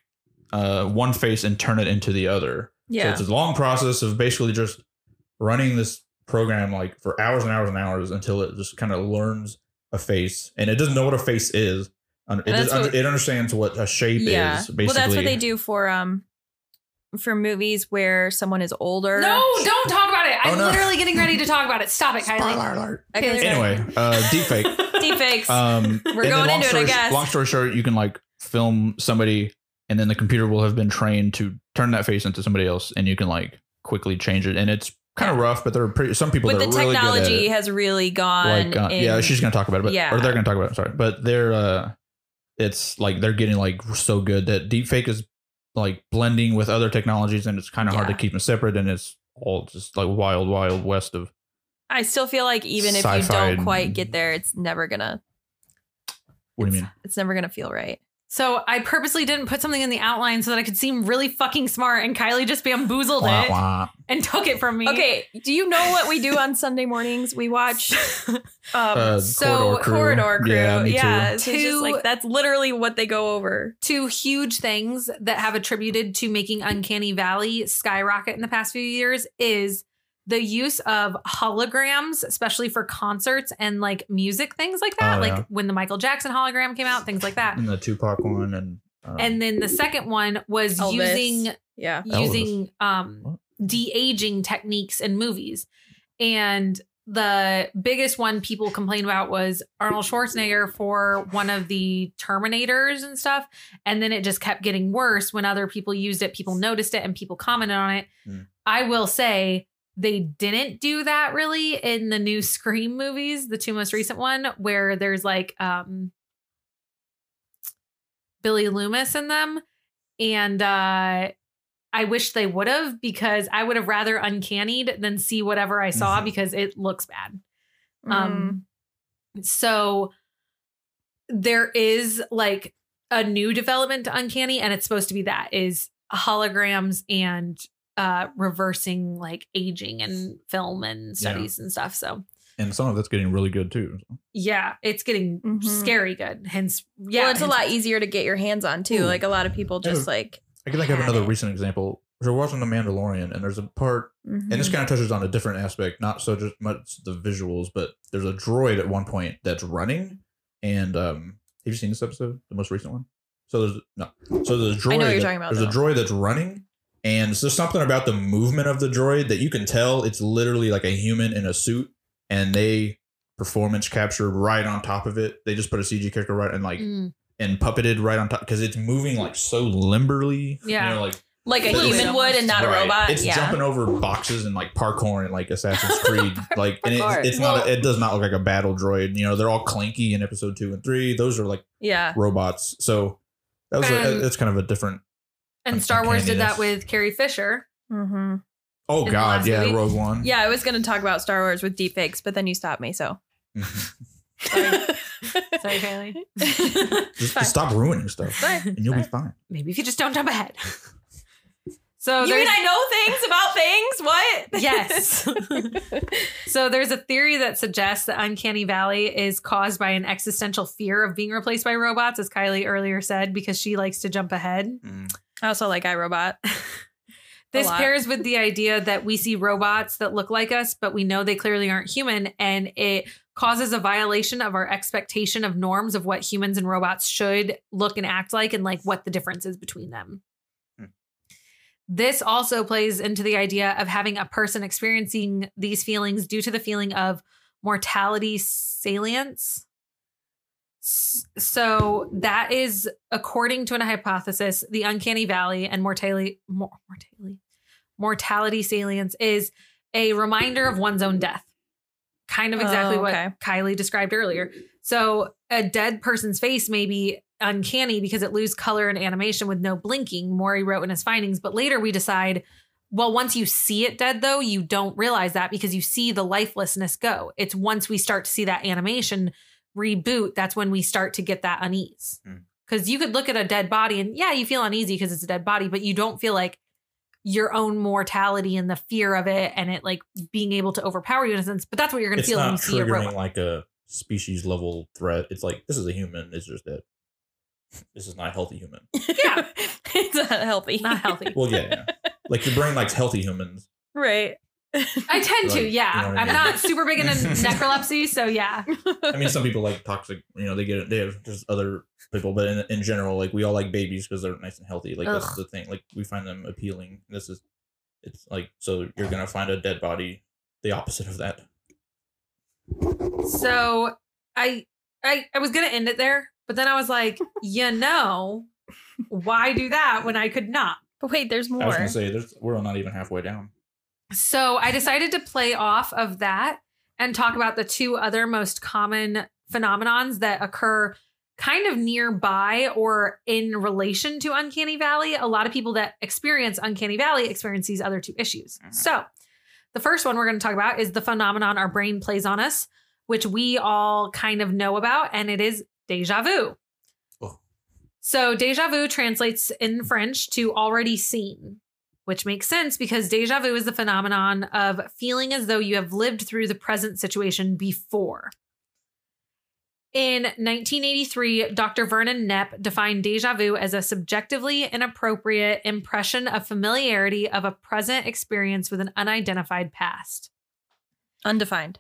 Speaker 3: uh, one face and turn it into the other.
Speaker 1: yeah.
Speaker 3: So it's a long process of basically just running this program like for hours and hours and hours until it just kind of learns a face and it doesn't know what a face is. Un- It,
Speaker 1: And
Speaker 3: just,
Speaker 1: that's what-
Speaker 3: under- it understands what a shape
Speaker 1: yeah.
Speaker 3: is basically.
Speaker 1: Well, that's what they do for um for movies where someone is older.
Speaker 2: no don't talk about it i'm
Speaker 3: Oh, no.
Speaker 2: literally getting ready to talk about it stop it kylie
Speaker 3: Spoiler alert.
Speaker 1: Okay,
Speaker 2: Taylor.
Speaker 1: sorry.
Speaker 3: Anyway, uh, deep fake.
Speaker 1: deep fakes.
Speaker 3: Um,
Speaker 2: We're
Speaker 3: and then
Speaker 1: going
Speaker 3: long
Speaker 1: into it, I
Speaker 3: story,
Speaker 1: guess.
Speaker 3: Long story short, you can like film somebody, and then the computer will have been trained to turn that face into somebody else, and you can like quickly change it. And it's kind of rough, but there are pretty, some people
Speaker 1: but the
Speaker 3: that are really good at
Speaker 1: technology
Speaker 3: it.
Speaker 1: has really gone.
Speaker 3: Like, uh,
Speaker 1: in-
Speaker 3: yeah, she's gonna talk about it, but
Speaker 1: Yeah.
Speaker 3: or they're gonna talk about it. Sorry, but they're uh, it's like they're getting like so good that deepfake is like blending with other technologies, and it's kind of hard
Speaker 1: Yeah.
Speaker 3: to keep them separate, and it's all just like wild, wild west of
Speaker 1: I still feel like even if you
Speaker 3: Sci-fi
Speaker 1: don't
Speaker 3: and-
Speaker 1: quite get there, it's never gonna
Speaker 3: what do you mean?
Speaker 1: it's never gonna feel right.
Speaker 2: so i purposely didn't put something in the outline so that i could seem really fucking smart and kylie just bamboozled
Speaker 3: Wah,
Speaker 2: it
Speaker 3: wah.
Speaker 2: and took it from me
Speaker 1: Okay, do you know what we do on Sunday mornings? We watch um,
Speaker 3: Uh,
Speaker 1: so
Speaker 3: Corridor Crew.
Speaker 1: Yeah,
Speaker 3: Yeah, me too.
Speaker 1: so it's just
Speaker 2: Two-
Speaker 1: like that's literally what they go over.
Speaker 2: two huge things that have attributed to making Uncanny Valley skyrocket in the past few years is the use of holograms, especially for concerts and like music things like that,
Speaker 3: Oh,
Speaker 2: like
Speaker 3: yeah. Mm.
Speaker 2: when the Michael Jackson hologram came out, things like that.
Speaker 3: And the Tupac one, and um,
Speaker 2: And then the second one was
Speaker 1: Elvis.
Speaker 2: using
Speaker 1: Yeah.
Speaker 3: Elvis.
Speaker 2: using um de aging techniques in movies, and the biggest one people complained about was Arnold Schwarzenegger for one of the Terminators and stuff. And then it just kept getting worse when other people used it, people noticed it, and people commented on it.
Speaker 3: Mm.
Speaker 2: I will say they didn't do that really in the new Scream movies, the two most recent one, where there's like um Billy Loomis in them. And uh I wish they would have because I would have rather uncannied than see whatever I saw
Speaker 3: Mhm.
Speaker 2: because it looks bad.
Speaker 1: Um
Speaker 2: Um, so there is like a new development to Uncanny, and it's supposed to be that is holograms and uh reversing like aging and film and studies and stuff. So
Speaker 3: and some of that's getting really good too.
Speaker 2: yeah, it's getting
Speaker 1: Mhm.
Speaker 2: scary good. Hence, yeah,
Speaker 1: well, it's a
Speaker 2: hence-
Speaker 1: lot easier to get your hands on too.
Speaker 3: Ooh.
Speaker 1: Like a lot of people just like
Speaker 3: I can think of
Speaker 2: Had
Speaker 3: another
Speaker 2: it.
Speaker 3: recent example. We're watching The Mandalorian, and there's a part,
Speaker 1: Mm-hmm.
Speaker 3: and
Speaker 1: Mm.
Speaker 3: this kind of touches on a different aspect, not so just much the visuals, but there's a droid at one point that's running, and um, have you seen this episode, the most recent one? So there's no, so there's a droid.
Speaker 1: I know what you're
Speaker 3: that-
Speaker 1: talking about,
Speaker 3: There's
Speaker 1: though.
Speaker 3: a droid that's running, and so there's something about the movement of the droid that you can tell it's literally like a human in a suit, and they performance captured right on top of it. They just put a CG
Speaker 1: e-,
Speaker 3: character right and like
Speaker 2: Mm.
Speaker 3: and puppeted right on top because it's moving like so limberly.
Speaker 2: Yeah.
Speaker 3: You know, like
Speaker 1: like a
Speaker 3: It's-
Speaker 1: human would and not a
Speaker 3: Right.
Speaker 1: robot.
Speaker 3: It's
Speaker 1: yeah.
Speaker 3: jumping over boxes and like parkour and like Assassin's Creed. like and
Speaker 5: Parkour.
Speaker 3: it, it's not it does not look like a battle droid. You know, they're all clanky in episode two and three. Those are like
Speaker 1: yeah.
Speaker 3: robots. So that was a,
Speaker 2: And-
Speaker 3: that's kind of a different
Speaker 2: And Star Wars did that
Speaker 3: Uncanniness.
Speaker 2: with Carrie Fisher.
Speaker 1: Mm-hmm.
Speaker 3: Oh
Speaker 2: In the
Speaker 3: god,
Speaker 2: last
Speaker 3: yeah,
Speaker 2: movie.
Speaker 3: Rogue One.
Speaker 1: Yeah, I was going to talk about Star Wars with deepfakes, but then you stopped me. So
Speaker 3: Mm-hmm.
Speaker 5: Sorry, Bailey.
Speaker 3: just,
Speaker 1: Fine.
Speaker 3: just stop ruining stuff. And you'll be fine.
Speaker 5: Maybe if you just don't jump ahead.
Speaker 2: So
Speaker 1: you
Speaker 2: there's
Speaker 1: mean I know things about things? What?
Speaker 2: Yes. so there's a theory that suggests that Uncanny Valley is caused by an existential fear of being replaced by robots, as Kylie earlier said, because she likes to jump ahead.
Speaker 4: Mm.
Speaker 1: I also like iRobot.
Speaker 2: This
Speaker 1: lot.
Speaker 2: pairs with the idea that we see robots that look like us, but we know they clearly aren't human, and it causes a violation of our expectation of norms of what humans and robots should look and act like and like what the difference is between them.
Speaker 4: Hmm.
Speaker 2: This also plays into the idea of having a person experiencing these feelings due to the feeling of mortality salience. S- So that is according to an hypothesis, the uncanny valley and mortality mor- mortality mortality salience is a reminder of one's own death. Kind of
Speaker 1: Oh,
Speaker 2: exactly
Speaker 1: okay.
Speaker 2: what Kylie described earlier. So a dead person's face may be uncanny because it loses color and animation with no blinking, Maury wrote in his findings. But later we decide, well, once you see it dead, though, you don't realize that because you see the lifelessness go. It's once we start to see that animation reboot, that's when we start to get that unease.
Speaker 4: Hmm.
Speaker 2: Because you could look at a dead body and yeah, you feel uneasy because it's a dead body, but you don't feel like your own mortality and the fear of it and it like being able to overpower you in a sense. But that's what you're gonna
Speaker 3: It's
Speaker 2: feel when you
Speaker 3: not
Speaker 2: see a robot.
Speaker 3: triggering like a species level threat. It's like this is a human, it's just that this is not a healthy human.
Speaker 1: Yeah. it's not healthy.
Speaker 2: Not healthy.
Speaker 3: Well, yeah, yeah. like your brain likes healthy humans.
Speaker 1: Right.
Speaker 2: I tend to,
Speaker 3: Like,
Speaker 2: yeah.
Speaker 3: you know what I
Speaker 2: I'm
Speaker 3: mean?
Speaker 2: not super big into necrolepsy, so yeah.
Speaker 3: I mean, some people like toxic. You know, they get it. They have just other people, but in, in general, like we all like babies because they're nice and healthy. Like that's
Speaker 2: Ugh.
Speaker 3: the thing. Like we find them appealing. This is, it's like so you're gonna find a dead body, the opposite of that.
Speaker 2: So I I I was gonna end it there, but then I was like, you know, why do that when I could not?
Speaker 1: But wait, there's
Speaker 3: I was gonna
Speaker 1: more.
Speaker 3: say there's we're not even halfway down.
Speaker 2: So I decided to play off of that and talk about the two other most common phenomenons that occur kind of nearby or in relation to Uncanny Valley. A lot of people that experience Uncanny Valley experience these other two issues.
Speaker 4: Mhm.
Speaker 2: So the first one we're going to talk about is the phenomenon our brain plays on us, which we all kind of know about, and it is deja vu.
Speaker 4: Oh.
Speaker 2: So deja vu translates in French to already seen which makes sense because deja vu is the phenomenon of feeling as though you have lived through the present situation before. In 1983, Dr. Vernon Knepp defined deja vu as a subjectively inappropriate impression of familiarity of a present experience with an unidentified past.
Speaker 1: Undefined.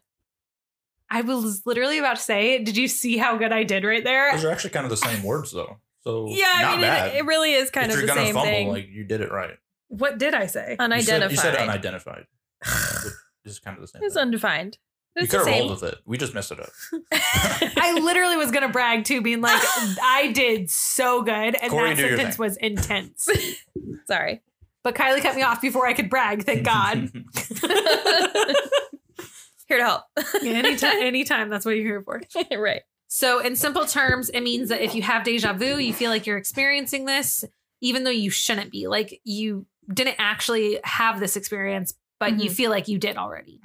Speaker 2: I was literally about to say, did you see how good I did right there?
Speaker 3: Those are actually kind of the same words though. So
Speaker 1: Yeah,
Speaker 3: not
Speaker 1: I mean,
Speaker 3: bad.
Speaker 1: it, it really is kind
Speaker 4: if
Speaker 1: of
Speaker 4: you're
Speaker 1: the
Speaker 4: gonna
Speaker 1: same
Speaker 4: fumble,
Speaker 1: thing.
Speaker 4: like you did it right.
Speaker 2: What did I say?
Speaker 3: You
Speaker 1: unidentified.
Speaker 3: said, you said unidentified. which is kind of the same.
Speaker 1: it's
Speaker 3: thing.
Speaker 1: undefined.
Speaker 4: You
Speaker 1: It's
Speaker 4: could
Speaker 1: the
Speaker 4: have rolled
Speaker 1: same.
Speaker 4: with it. We just messed it up.
Speaker 2: I literally was gonna brag too, being like, I did so good, and
Speaker 4: Corey,
Speaker 2: that
Speaker 4: do your
Speaker 2: sentence
Speaker 4: thing.
Speaker 2: was intense.
Speaker 1: Sorry.
Speaker 2: But Kylie cut me off before I could brag. Thank God.
Speaker 1: Here to help.
Speaker 2: anytime, anytime. That's what you're here for.
Speaker 1: right.
Speaker 2: So, in simple terms, it means that if you have deja vu, you feel like you're experiencing this, even though you shouldn't be. Like you didn't actually have this experience, but you feel like you did already.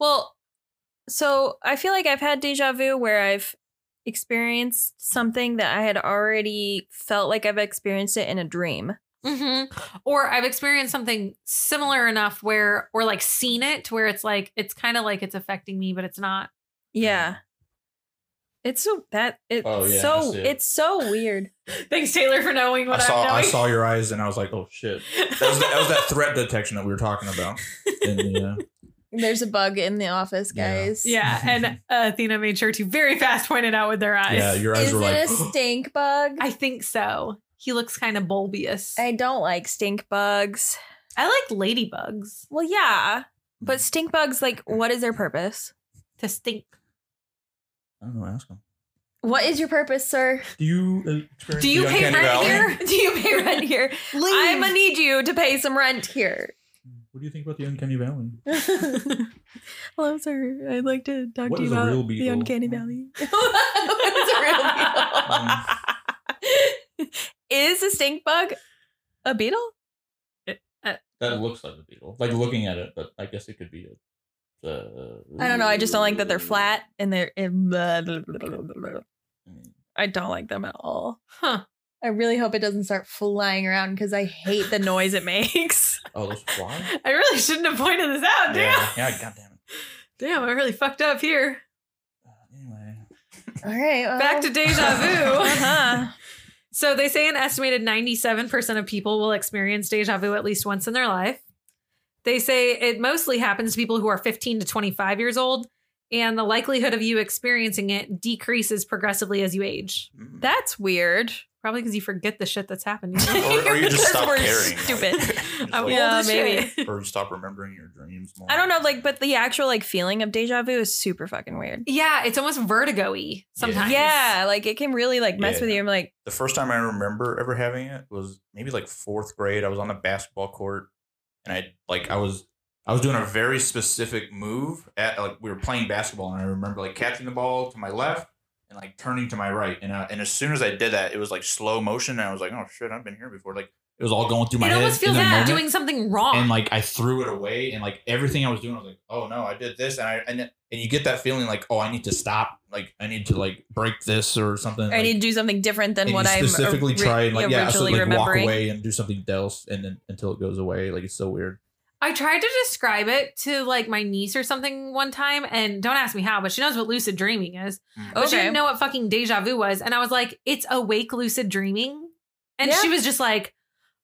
Speaker 1: Well, so I feel like I've had deja vu where I've experienced something that I had already felt like I've experienced it in a dream.
Speaker 2: Mm-hmm. Or I've experienced something similar enough where, or like seen it, where it's like it's kind of like it's affecting me, but it's not.
Speaker 1: Yeah. It's so that it's
Speaker 3: Oh, yeah,
Speaker 1: so
Speaker 3: I see it.
Speaker 1: it's so weird.
Speaker 2: Thanks, Taylor, for knowing
Speaker 3: I saw I saw your eyes and I was like, oh shit. That was, that, that was that threat detection that we were talking about. In the, uh,
Speaker 1: There's a bug in the office,
Speaker 3: Yeah.
Speaker 1: guys.
Speaker 2: Yeah, and uh, Athena made sure to very fast point it out with their eyes.
Speaker 3: yeah, your eyes
Speaker 1: Is
Speaker 3: were like.
Speaker 1: it a stink bug?
Speaker 2: I think so. He looks kind of bulbous.
Speaker 1: I don't like stink bugs.
Speaker 2: I like ladybugs
Speaker 1: Well, yeah,
Speaker 3: Hmm.
Speaker 1: but stink bugs, like, what is their purpose?
Speaker 2: to stink.
Speaker 3: I don't know. Ask them.
Speaker 6: What is your purpose, sir?
Speaker 3: Do you uh, experience
Speaker 2: Do you
Speaker 4: The
Speaker 2: pay
Speaker 4: Uncanny
Speaker 2: rent
Speaker 4: Valley?
Speaker 2: here?
Speaker 1: Do you pay rent here? I'm gonna need you to pay some rent here.
Speaker 3: What do you think about the uncanny valley?
Speaker 6: Hello, sir. I'd like to talk
Speaker 3: What
Speaker 6: to you
Speaker 3: is a
Speaker 6: about
Speaker 3: real
Speaker 6: the
Speaker 3: beetle? Hmm.
Speaker 6: uncanny valley.
Speaker 1: Is a stink bug a beetle?
Speaker 3: That looks like a beetle. Like looking at it, but I guess it could be a. Uh,
Speaker 1: I don't know. I just don't like that they're flat and they're. I don't like them at all.
Speaker 2: Huh.
Speaker 6: I really hope it doesn't start flying around because I hate the noise it makes.
Speaker 3: Oh, those fly.
Speaker 2: I really shouldn't have pointed this
Speaker 3: Oh,
Speaker 2: out. Damn.
Speaker 4: yeah, yeah, goddamn it.
Speaker 2: Damn, I really fucked up here.
Speaker 4: Uh, anyway,
Speaker 6: All right. well-
Speaker 2: Back to deja vu.
Speaker 1: Uh-huh.
Speaker 2: So they say an estimated 97% of people will experience deja vu at least once in their life. They say it mostly happens to people who are 15 to 25 years old, and the likelihood of you experiencing it decreases progressively as you age.
Speaker 4: Mm.
Speaker 1: That's weird.
Speaker 2: Probably because you forget the shit that's happened. You know?
Speaker 4: or, or you just
Speaker 1: Because
Speaker 4: stop
Speaker 1: we're
Speaker 4: caring.
Speaker 1: stupid.
Speaker 4: Just
Speaker 2: I'm
Speaker 4: like-
Speaker 1: Yeah,
Speaker 2: old as
Speaker 1: maybe.
Speaker 2: shit.
Speaker 4: or you stop remembering your dreams. More.
Speaker 1: I don't know, like, but the actual like feeling of deja vu is super fucking weird.
Speaker 2: Yeah, it's almost vertigo-y sometimes.
Speaker 1: Yeah, like it can really like mess with
Speaker 4: Yeah.
Speaker 1: you. I'm like,
Speaker 4: The first time I remember ever having it was maybe like fourth grade. I was on the basketball court, and I like I was I was doing a very specific move at like we were playing basketball, and I remember like catching the ball to my left and like turning to my right, and uh, and as soon as I did that, it was like slow motion, and I was like, oh shit, I've been here before. Like it was all going through my
Speaker 2: It
Speaker 4: head.
Speaker 2: almost
Speaker 4: in
Speaker 2: feels
Speaker 4: the
Speaker 2: like
Speaker 4: moment.
Speaker 2: you're doing something wrong.
Speaker 3: And,
Speaker 2: And,
Speaker 3: like I threw it away, and like everything I was doing, I was like, "Oh no, I did this," and I and, it- and you get that feeling like, "Oh, I need to stop. Like I need to like break this or something."
Speaker 1: I
Speaker 3: like,
Speaker 1: need to do something different than
Speaker 3: and
Speaker 1: what
Speaker 3: you
Speaker 1: I'm
Speaker 3: specifically
Speaker 1: ori-
Speaker 3: try and like yeah, so,
Speaker 1: originally
Speaker 3: like walk
Speaker 1: remembering.
Speaker 3: away and do something else, and then until it goes away, like it's so weird.
Speaker 2: I tried to describe it to like my niece or something one time, and don't ask me how, but she knows what lucid dreaming is. But she
Speaker 1: Okay.
Speaker 2: didn't know what fucking deja vu was. And I was like, it's awake lucid dreaming. And
Speaker 1: Yeah.
Speaker 2: she was just like,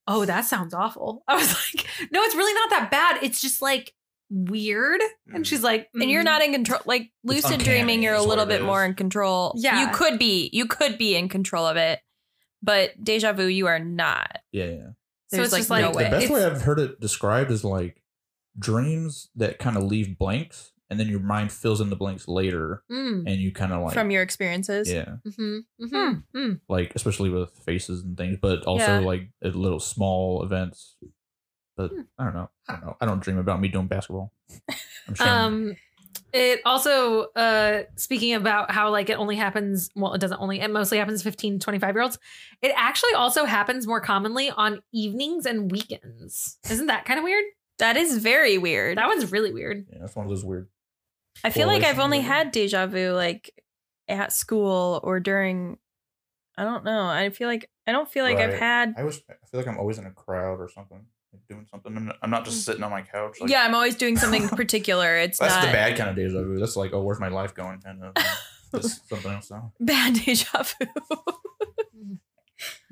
Speaker 2: oh, that sounds awful. I was like, no, it's really not that bad. It's just like weird. And she's like,
Speaker 1: and you're
Speaker 2: "Mm."
Speaker 1: not
Speaker 3: Mm-hmm.
Speaker 1: in control like lucid
Speaker 4: uncanny
Speaker 1: dreaming you're a
Speaker 4: is what
Speaker 1: little
Speaker 4: it
Speaker 1: bit
Speaker 4: is.
Speaker 1: more in control
Speaker 2: Yeah.
Speaker 1: you could be you could be in control of it but deja vu you are not
Speaker 3: Yeah, yeah.
Speaker 2: So
Speaker 1: There's,
Speaker 2: it's
Speaker 1: like,
Speaker 2: just like,
Speaker 1: no way.
Speaker 3: The best
Speaker 2: it's-
Speaker 3: way I've heard it described is like dreams that kind of leave blanks, and then your mind fills in the blanks later,
Speaker 2: Mm,
Speaker 3: and you kind of like
Speaker 6: from your experiences.
Speaker 3: yeah,
Speaker 2: mhm, mhm,
Speaker 1: Hmm.
Speaker 2: mm.
Speaker 3: like especially with faces and things, but also
Speaker 1: Yeah. Hmm.
Speaker 3: like at little small events. But I don't know. I don't know. I don't dream about me doing basketball. I'm sure.
Speaker 2: Um, it also, uh, speaking about how like it only happens, well, it doesn't only, it mostly happens to 15, 25 year olds. It actually also happens more commonly on evenings and weekends. Isn't that kind of weird?
Speaker 1: that is very weird
Speaker 2: That one's really weird.
Speaker 3: yeah, that's one of those weird.
Speaker 1: i feel like i've
Speaker 3: correlation
Speaker 1: only
Speaker 3: there.
Speaker 1: had deja vu like at school or during i don't know i feel like i don't feel like i've
Speaker 4: Right.
Speaker 1: had
Speaker 4: I was. I feel like I'm always in a crowd or something, like doing something. I'm not, I'm not just sitting on my couch. Like,
Speaker 1: Mm-hmm. yeah i'm always doing something particular it's
Speaker 4: that's
Speaker 1: not
Speaker 4: the bad kind of deja vu. That's like, oh, where's my life going? Kind of. This something else now.
Speaker 1: bad deja vu
Speaker 3: Oh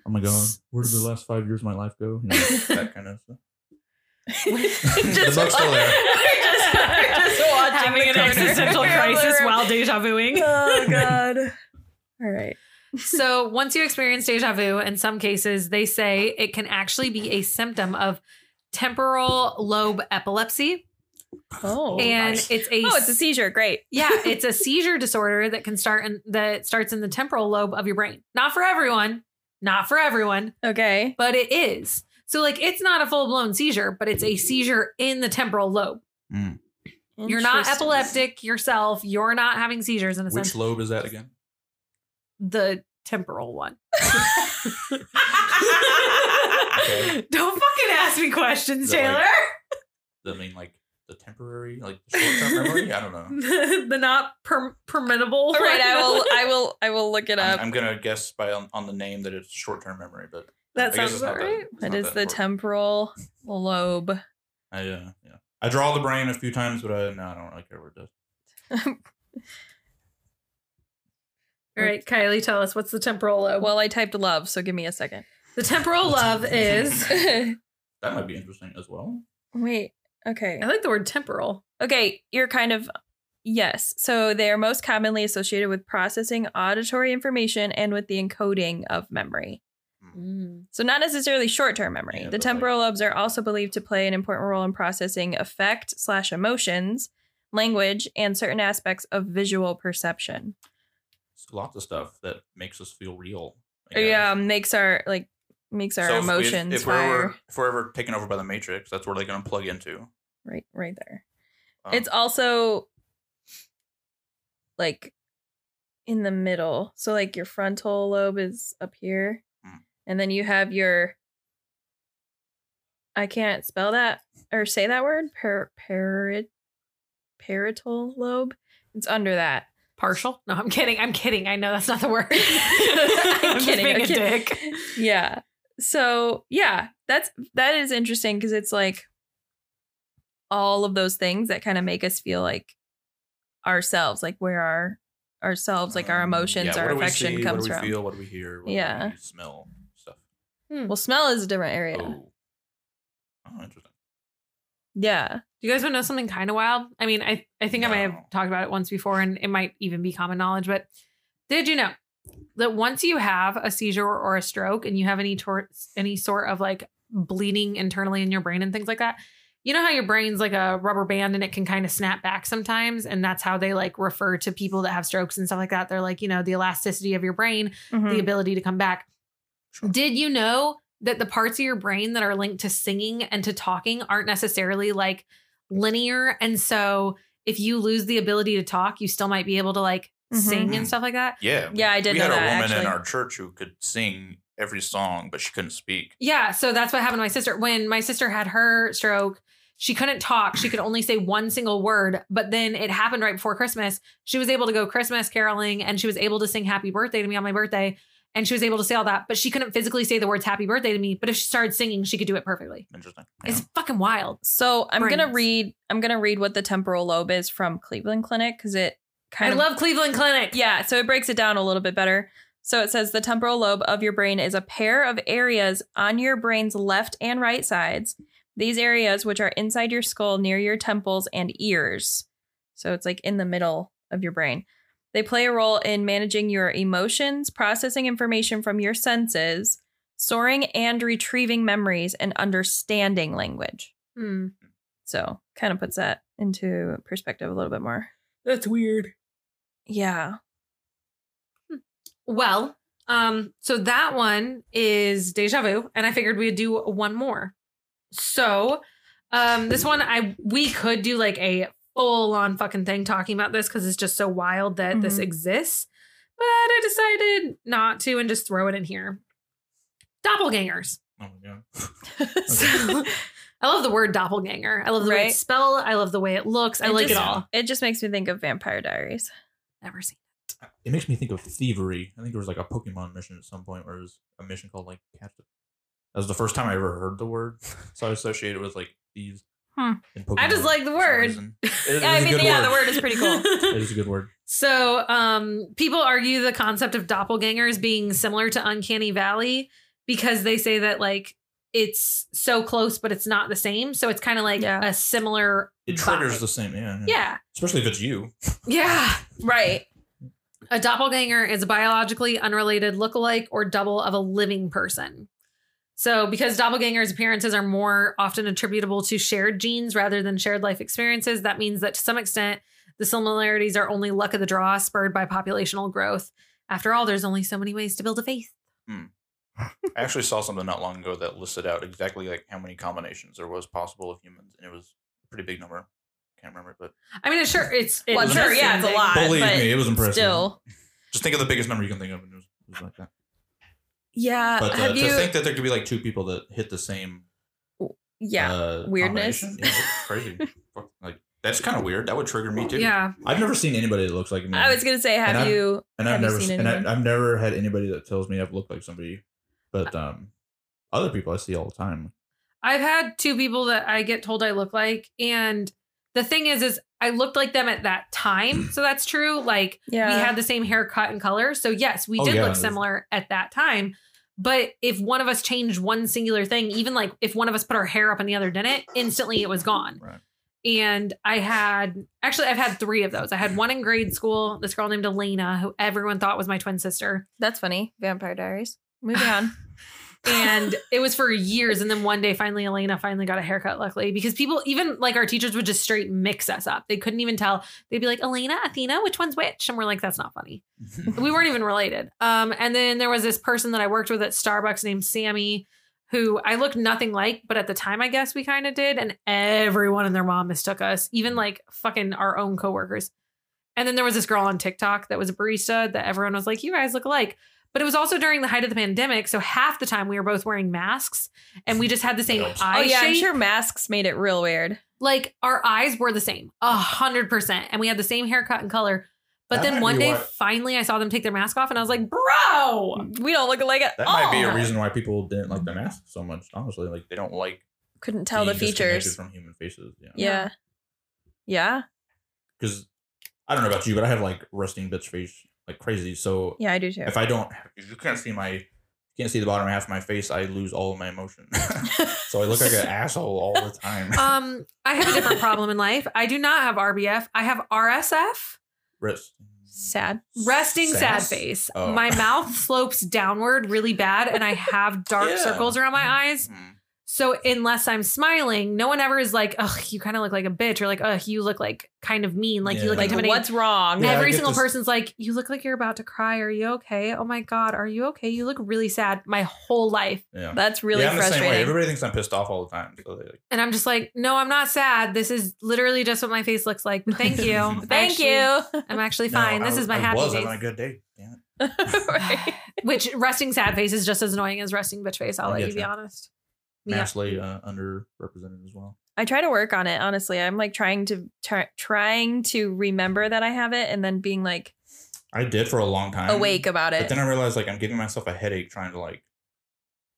Speaker 3: my god, where did the last five years of my life go? You know,
Speaker 4: That kind of stuff.
Speaker 1: Just-
Speaker 4: book's still there.
Speaker 1: We're just- we're just watching
Speaker 2: having
Speaker 1: the
Speaker 2: an
Speaker 1: corner.
Speaker 2: existential crisis while deja vuing.
Speaker 6: Oh God. All right.
Speaker 2: so once you experience deja vu, in some cases they say it can actually be a symptom of temporal lobe epilepsy,
Speaker 1: oh
Speaker 2: and
Speaker 4: nice.
Speaker 2: it's a
Speaker 1: oh it's a seizure great
Speaker 2: yeah, it's a seizure disorder that can start in, that starts in the temporal lobe of your brain. Not for everyone, not for everyone,
Speaker 1: okay
Speaker 2: but it is. So like it's not a full blown seizure, but it's a seizure in the temporal lobe.
Speaker 4: Mm.
Speaker 2: You're not
Speaker 1: Interesting.
Speaker 2: epileptic yourself. You're not having seizures in a sense.
Speaker 4: Which lobe is that again?
Speaker 2: the temporal one.
Speaker 4: Okay.
Speaker 2: Don't fucking ask me questions,
Speaker 4: Is that
Speaker 2: Taylor.
Speaker 4: like- I mean, like the temporary, like short-term memory. I don't know.
Speaker 2: the not per- permittable.
Speaker 1: All right,
Speaker 2: one.
Speaker 1: I will. I will. I will look it
Speaker 4: I'm,
Speaker 1: up.
Speaker 4: I'm gonna guess by on, on the name that it's short-term memory, but
Speaker 2: That
Speaker 4: I guess
Speaker 2: sounds
Speaker 4: it's not
Speaker 2: about right.
Speaker 4: it's
Speaker 1: That
Speaker 4: not
Speaker 1: is the
Speaker 4: important.
Speaker 1: temporal lobe.
Speaker 4: I, uh, yeah, I draw the brain a few times, but I no, I don't really care what it does.
Speaker 2: All right, Kylie, tell us what's the temporal lobe.
Speaker 1: Well, I typed love, so give me a second.
Speaker 2: the temporal love is.
Speaker 4: That might be interesting as well.
Speaker 1: Wait. Okay.
Speaker 2: I like the word temporal.
Speaker 1: Okay. You're kind of. Yes. So they are most commonly associated with processing auditory information and with the encoding of memory. So not necessarily short-term memory.
Speaker 4: Yeah,
Speaker 1: the
Speaker 4: but
Speaker 1: temporal lobes are also believed to play an important role in processing affect slash emotions, language, and certain aspects of visual perception.
Speaker 4: lots of stuff that makes us feel real. I guess.
Speaker 1: Yeah, makes our like makes our
Speaker 4: So if we-
Speaker 1: emotions
Speaker 4: If, we're
Speaker 1: fire
Speaker 4: ever, if we're ever taken over by the Matrix, that's where they're going to plug into.
Speaker 1: right right there.
Speaker 4: Um,
Speaker 1: it's also like in the middle. So like your frontal lobe is up here,
Speaker 4: Hmm.
Speaker 1: and then you have your I can't spell that or say that word per parit parietal lobe. It's under that.
Speaker 2: Partial? No, I'm kidding. I'm kidding. I know that's not the word.
Speaker 1: I'm
Speaker 2: just
Speaker 1: kidding,
Speaker 2: being
Speaker 1: I'm
Speaker 2: a
Speaker 1: kidding.
Speaker 2: dick.
Speaker 1: yeah. So yeah, that's that is interesting because it's like all of those things that kind of make us feel like ourselves, like where our ourselves, like our
Speaker 4: um,
Speaker 1: emotions,
Speaker 4: yeah,
Speaker 1: our
Speaker 4: what do we
Speaker 1: affection
Speaker 4: see,
Speaker 1: comes
Speaker 4: what do we
Speaker 1: from.
Speaker 4: Feel, what do we hear? What
Speaker 1: Yeah.
Speaker 4: do we smell stuff.
Speaker 1: Well, smell is a different area.
Speaker 4: Oh. oh, interesting.
Speaker 1: Yeah.
Speaker 2: Do you guys want to know something kind of wild? I mean, I, I think I might
Speaker 4: No.
Speaker 2: have talked about it once before and it might even be common knowledge, but did you know that once you have a seizure or, or a stroke and you have any tor- any sort of like bleeding internally in your brain and things like that, you know how your brain's like a rubber band and it can kind of snap back sometimes and that's how they like refer to people that have strokes and stuff like that. They're like, you know, the elasticity of your brain the
Speaker 1: Mhm.
Speaker 2: ability to come back.
Speaker 4: Sure.
Speaker 2: Did you know that the parts of your brain that are linked to singing and to talking aren't necessarily like linear? And so if you lose the ability to talk, you still might be able to like sing
Speaker 4: Mhm.
Speaker 2: and stuff like that.
Speaker 4: Yeah.
Speaker 1: Yeah, I did
Speaker 4: We
Speaker 1: know
Speaker 4: had a
Speaker 1: that,
Speaker 4: woman in
Speaker 1: actually.
Speaker 4: our church who could sing every song, but she couldn't speak.
Speaker 2: Yeah. So that's what happened to my sister. When my sister had her stroke, she couldn't talk. She could only say one single word. But then it happened right before Christmas. She was able to go Christmas caroling and she was able to sing happy birthday to me on my birthday. And she was able to say all that, but she couldn't physically say the words happy birthday to me. But if she started singing, she could do it perfectly.
Speaker 4: Interesting.
Speaker 2: It's fucking wild.
Speaker 1: So I'm gonna
Speaker 2: Brains.
Speaker 1: read I'm gonna read what the temporal lobe is from Cleveland Clinic because it kind
Speaker 2: I
Speaker 1: of
Speaker 2: love Cleveland Clinic.
Speaker 1: Yeah, so it breaks it down a little bit better. So it says the temporal lobe of your brain is a pair of areas on your brain's left and right sides. These areas, which are inside your skull, near your temples and ears. So it's like in the middle of your brain. They play a role in managing your emotions, processing information from your senses, storing and retrieving memories, and understanding language.
Speaker 2: Hmm.
Speaker 1: So kind of puts that into perspective a little bit more.
Speaker 2: That's weird.
Speaker 1: Yeah.
Speaker 2: Well, um, so that one is deja vu, and I figured we'd do one more. So, um, this one I we could do like a full on fucking thing talking about this because it's just so wild that this
Speaker 1: Mhm.
Speaker 2: exists. But I decided not to and just throw it in here. Doppelgangers.
Speaker 4: Oh, yeah.
Speaker 2: So, I love the word doppelganger. I love the way
Speaker 1: Right.
Speaker 2: it's spelled. I love the way it looks. I like
Speaker 1: just-
Speaker 2: it all.
Speaker 1: It just makes me think of Vampire Diaries.
Speaker 2: Never seen.
Speaker 3: It makes me think of thievery. I think there was like a Pokemon mission at some point where it was a mission called like catch the. That was the first time I ever heard the word, so I associate it with like thieves.
Speaker 1: Hmm.
Speaker 3: in Pokemon
Speaker 2: I just like
Speaker 4: For
Speaker 2: the
Speaker 4: some
Speaker 2: word.
Speaker 4: reason. It is-
Speaker 1: Yeah,
Speaker 4: it
Speaker 1: I
Speaker 4: is a
Speaker 1: mean,
Speaker 4: good
Speaker 1: yeah, the word is pretty cool.
Speaker 3: It is a good word.
Speaker 2: So, um, people argue the concept of doppelgangers being similar to Uncanny Valley because they say that like it's so close, but it's not the same. So it's kind of like
Speaker 1: Yeah.
Speaker 2: a similar.
Speaker 3: It triggers the same, yeah, yeah.
Speaker 2: Yeah,
Speaker 3: Especially if it's you.
Speaker 2: yeah.
Speaker 1: right.
Speaker 2: A doppelganger is a biologically unrelated lookalike or double of a living person. So, because doppelgangers' appearances are more often attributable to shared genes rather than shared life experiences, that means that to some extent, the similarities are only luck of the draw spurred by populational growth. After all, there's only so many ways to build a faith.
Speaker 4: I actually saw something not long ago that listed out exactly like how many combinations there was possible of humans, and it was a pretty big number. Can't remember, but
Speaker 2: I mean, it's sure, it's,
Speaker 1: Well,
Speaker 2: it's
Speaker 1: sure, yeah, it's a lot.
Speaker 3: Believe
Speaker 1: but
Speaker 3: me, it was impressive.
Speaker 1: Still.
Speaker 4: just think of the biggest number you can think of, and it was, it was like that.
Speaker 1: Yeah.
Speaker 3: But uh,
Speaker 1: have
Speaker 3: to
Speaker 1: you?
Speaker 3: think that there could be like two people that hit the same
Speaker 1: yeah.
Speaker 3: uh,
Speaker 1: weirdness.
Speaker 3: combination, Yeah, that's crazy. Fuck, like that's kind of weird.
Speaker 4: That would trigger me too.
Speaker 2: Yeah.
Speaker 3: I've never seen anybody that looks like me.
Speaker 1: I was gonna say, have
Speaker 3: And I-
Speaker 1: you?
Speaker 3: and I've
Speaker 1: have you
Speaker 3: never
Speaker 1: seen
Speaker 3: and
Speaker 1: anyone?
Speaker 3: I, I've never had anybody that tells me I've looked like somebody. But
Speaker 1: Uh
Speaker 3: um, other people I see all the time.
Speaker 2: I've had two people that I get told I look like. And the thing is, is I looked like them at that time. So that's true. Like,
Speaker 1: Yeah.
Speaker 2: we had the same haircut and color. So yes, we
Speaker 3: Oh,
Speaker 2: did
Speaker 3: yeah.
Speaker 2: look similar at that time. But if one of us changed one singular thing, even like if one of us put our hair up and the other didn't, instantly it was gone.
Speaker 4: Right.
Speaker 2: And I had actually I've had three of those. I had one in grade school, this girl named Elena, who everyone thought was my twin sister.
Speaker 1: That's funny. Vampire Diaries. Moving on.
Speaker 2: and it was for years. And then one day, finally, Elena finally got a haircut, luckily, because people, even like our teachers, would just straight mix us up. They couldn't even tell. They'd be like, Elena, Athena, which one's which? And we're like, that's not funny. we weren't even related. Um, and then there was this person that I worked with at Starbucks named Sammy, who I looked nothing like, but at the time, I guess we kind of did. And everyone and their mom mistook us, even like fucking our own coworkers. And then there was this girl on TikTok that was a barista that everyone was like, you guys look alike. But it was also during the height of the pandemic. So half the time we were both wearing masks and we just had the same
Speaker 4: That helps.
Speaker 2: eye
Speaker 1: oh yeah, I'm
Speaker 2: shape
Speaker 1: sure masks made it real weird.
Speaker 2: like our eyes were the same, a hundred percent, and we had the same haircut and color.
Speaker 4: That
Speaker 2: But then
Speaker 4: might
Speaker 2: one
Speaker 4: be
Speaker 2: day,
Speaker 4: why-
Speaker 2: finally, I saw them take their mask off, and I was like, "Bro,
Speaker 1: We don't look alike at
Speaker 3: That
Speaker 1: all.
Speaker 3: might be a reason why people didn't like the mask so much. Honestly, like
Speaker 4: They don't like
Speaker 1: Couldn't tell the
Speaker 3: being disconnected
Speaker 1: features.
Speaker 3: from human faces. Yeah,
Speaker 1: yeah. Yeah.
Speaker 3: because I don't know about you, but I have like resting bitch face like crazy. So
Speaker 1: Yeah, I do too.
Speaker 3: if I don't, if you can't see my, can't see the bottom half of my face, I lose all of my emotion. so I look like an asshole all the time.
Speaker 2: um, I have a different problem in life. I do not have RBF. I have RSF,
Speaker 3: Wrist.
Speaker 1: Sad.
Speaker 2: resting sad
Speaker 3: Sass?
Speaker 2: face.
Speaker 3: Oh.
Speaker 2: My mouth slopes downward really bad, and I have dark
Speaker 4: Yeah.
Speaker 2: circles around my eyes.
Speaker 3: Mm-hmm.
Speaker 4: mm,
Speaker 2: So unless I'm smiling, no one ever is like, "Ugh, you kind of look like a bitch," or like, "Ugh, you look like kind of mean," like you
Speaker 3: Yeah.
Speaker 2: look
Speaker 1: Like
Speaker 2: intimidating.
Speaker 1: what's wrong?
Speaker 3: Yeah, I
Speaker 2: Every
Speaker 3: get
Speaker 2: single
Speaker 3: this-
Speaker 2: person's like, "You look like you're about to cry. Are you okay? Oh my god, are you okay? You look really sad." My whole life,
Speaker 3: Yeah.
Speaker 1: That's really
Speaker 3: yeah, I'm the same way.
Speaker 1: frustrating.
Speaker 3: Everybody thinks I'm pissed off all the time. So they like,
Speaker 2: and I'm just like, "No, I'm not sad. This is literally just what my face looks like." But thank you, I
Speaker 1: Thank
Speaker 2: actually-
Speaker 1: you.
Speaker 2: I'm actually fine.
Speaker 3: no,
Speaker 2: this
Speaker 3: I-
Speaker 2: is my
Speaker 3: I
Speaker 2: happy
Speaker 3: was
Speaker 2: face.
Speaker 3: having a good day. Damn it.
Speaker 1: Right.
Speaker 2: Which resting sad face is just as annoying as resting bitch face. I'll
Speaker 3: I
Speaker 2: let
Speaker 3: get
Speaker 2: you be
Speaker 3: you.
Speaker 2: honest. Yeah.
Speaker 3: Massively uh, underrepresented as well.
Speaker 1: I try to work on it. Honestly, I'm like trying to try, trying to remember that I have it, and then being like
Speaker 3: I did for a long time.
Speaker 1: awake about
Speaker 3: But
Speaker 1: it.
Speaker 3: then I realized like I'm giving myself a headache trying to like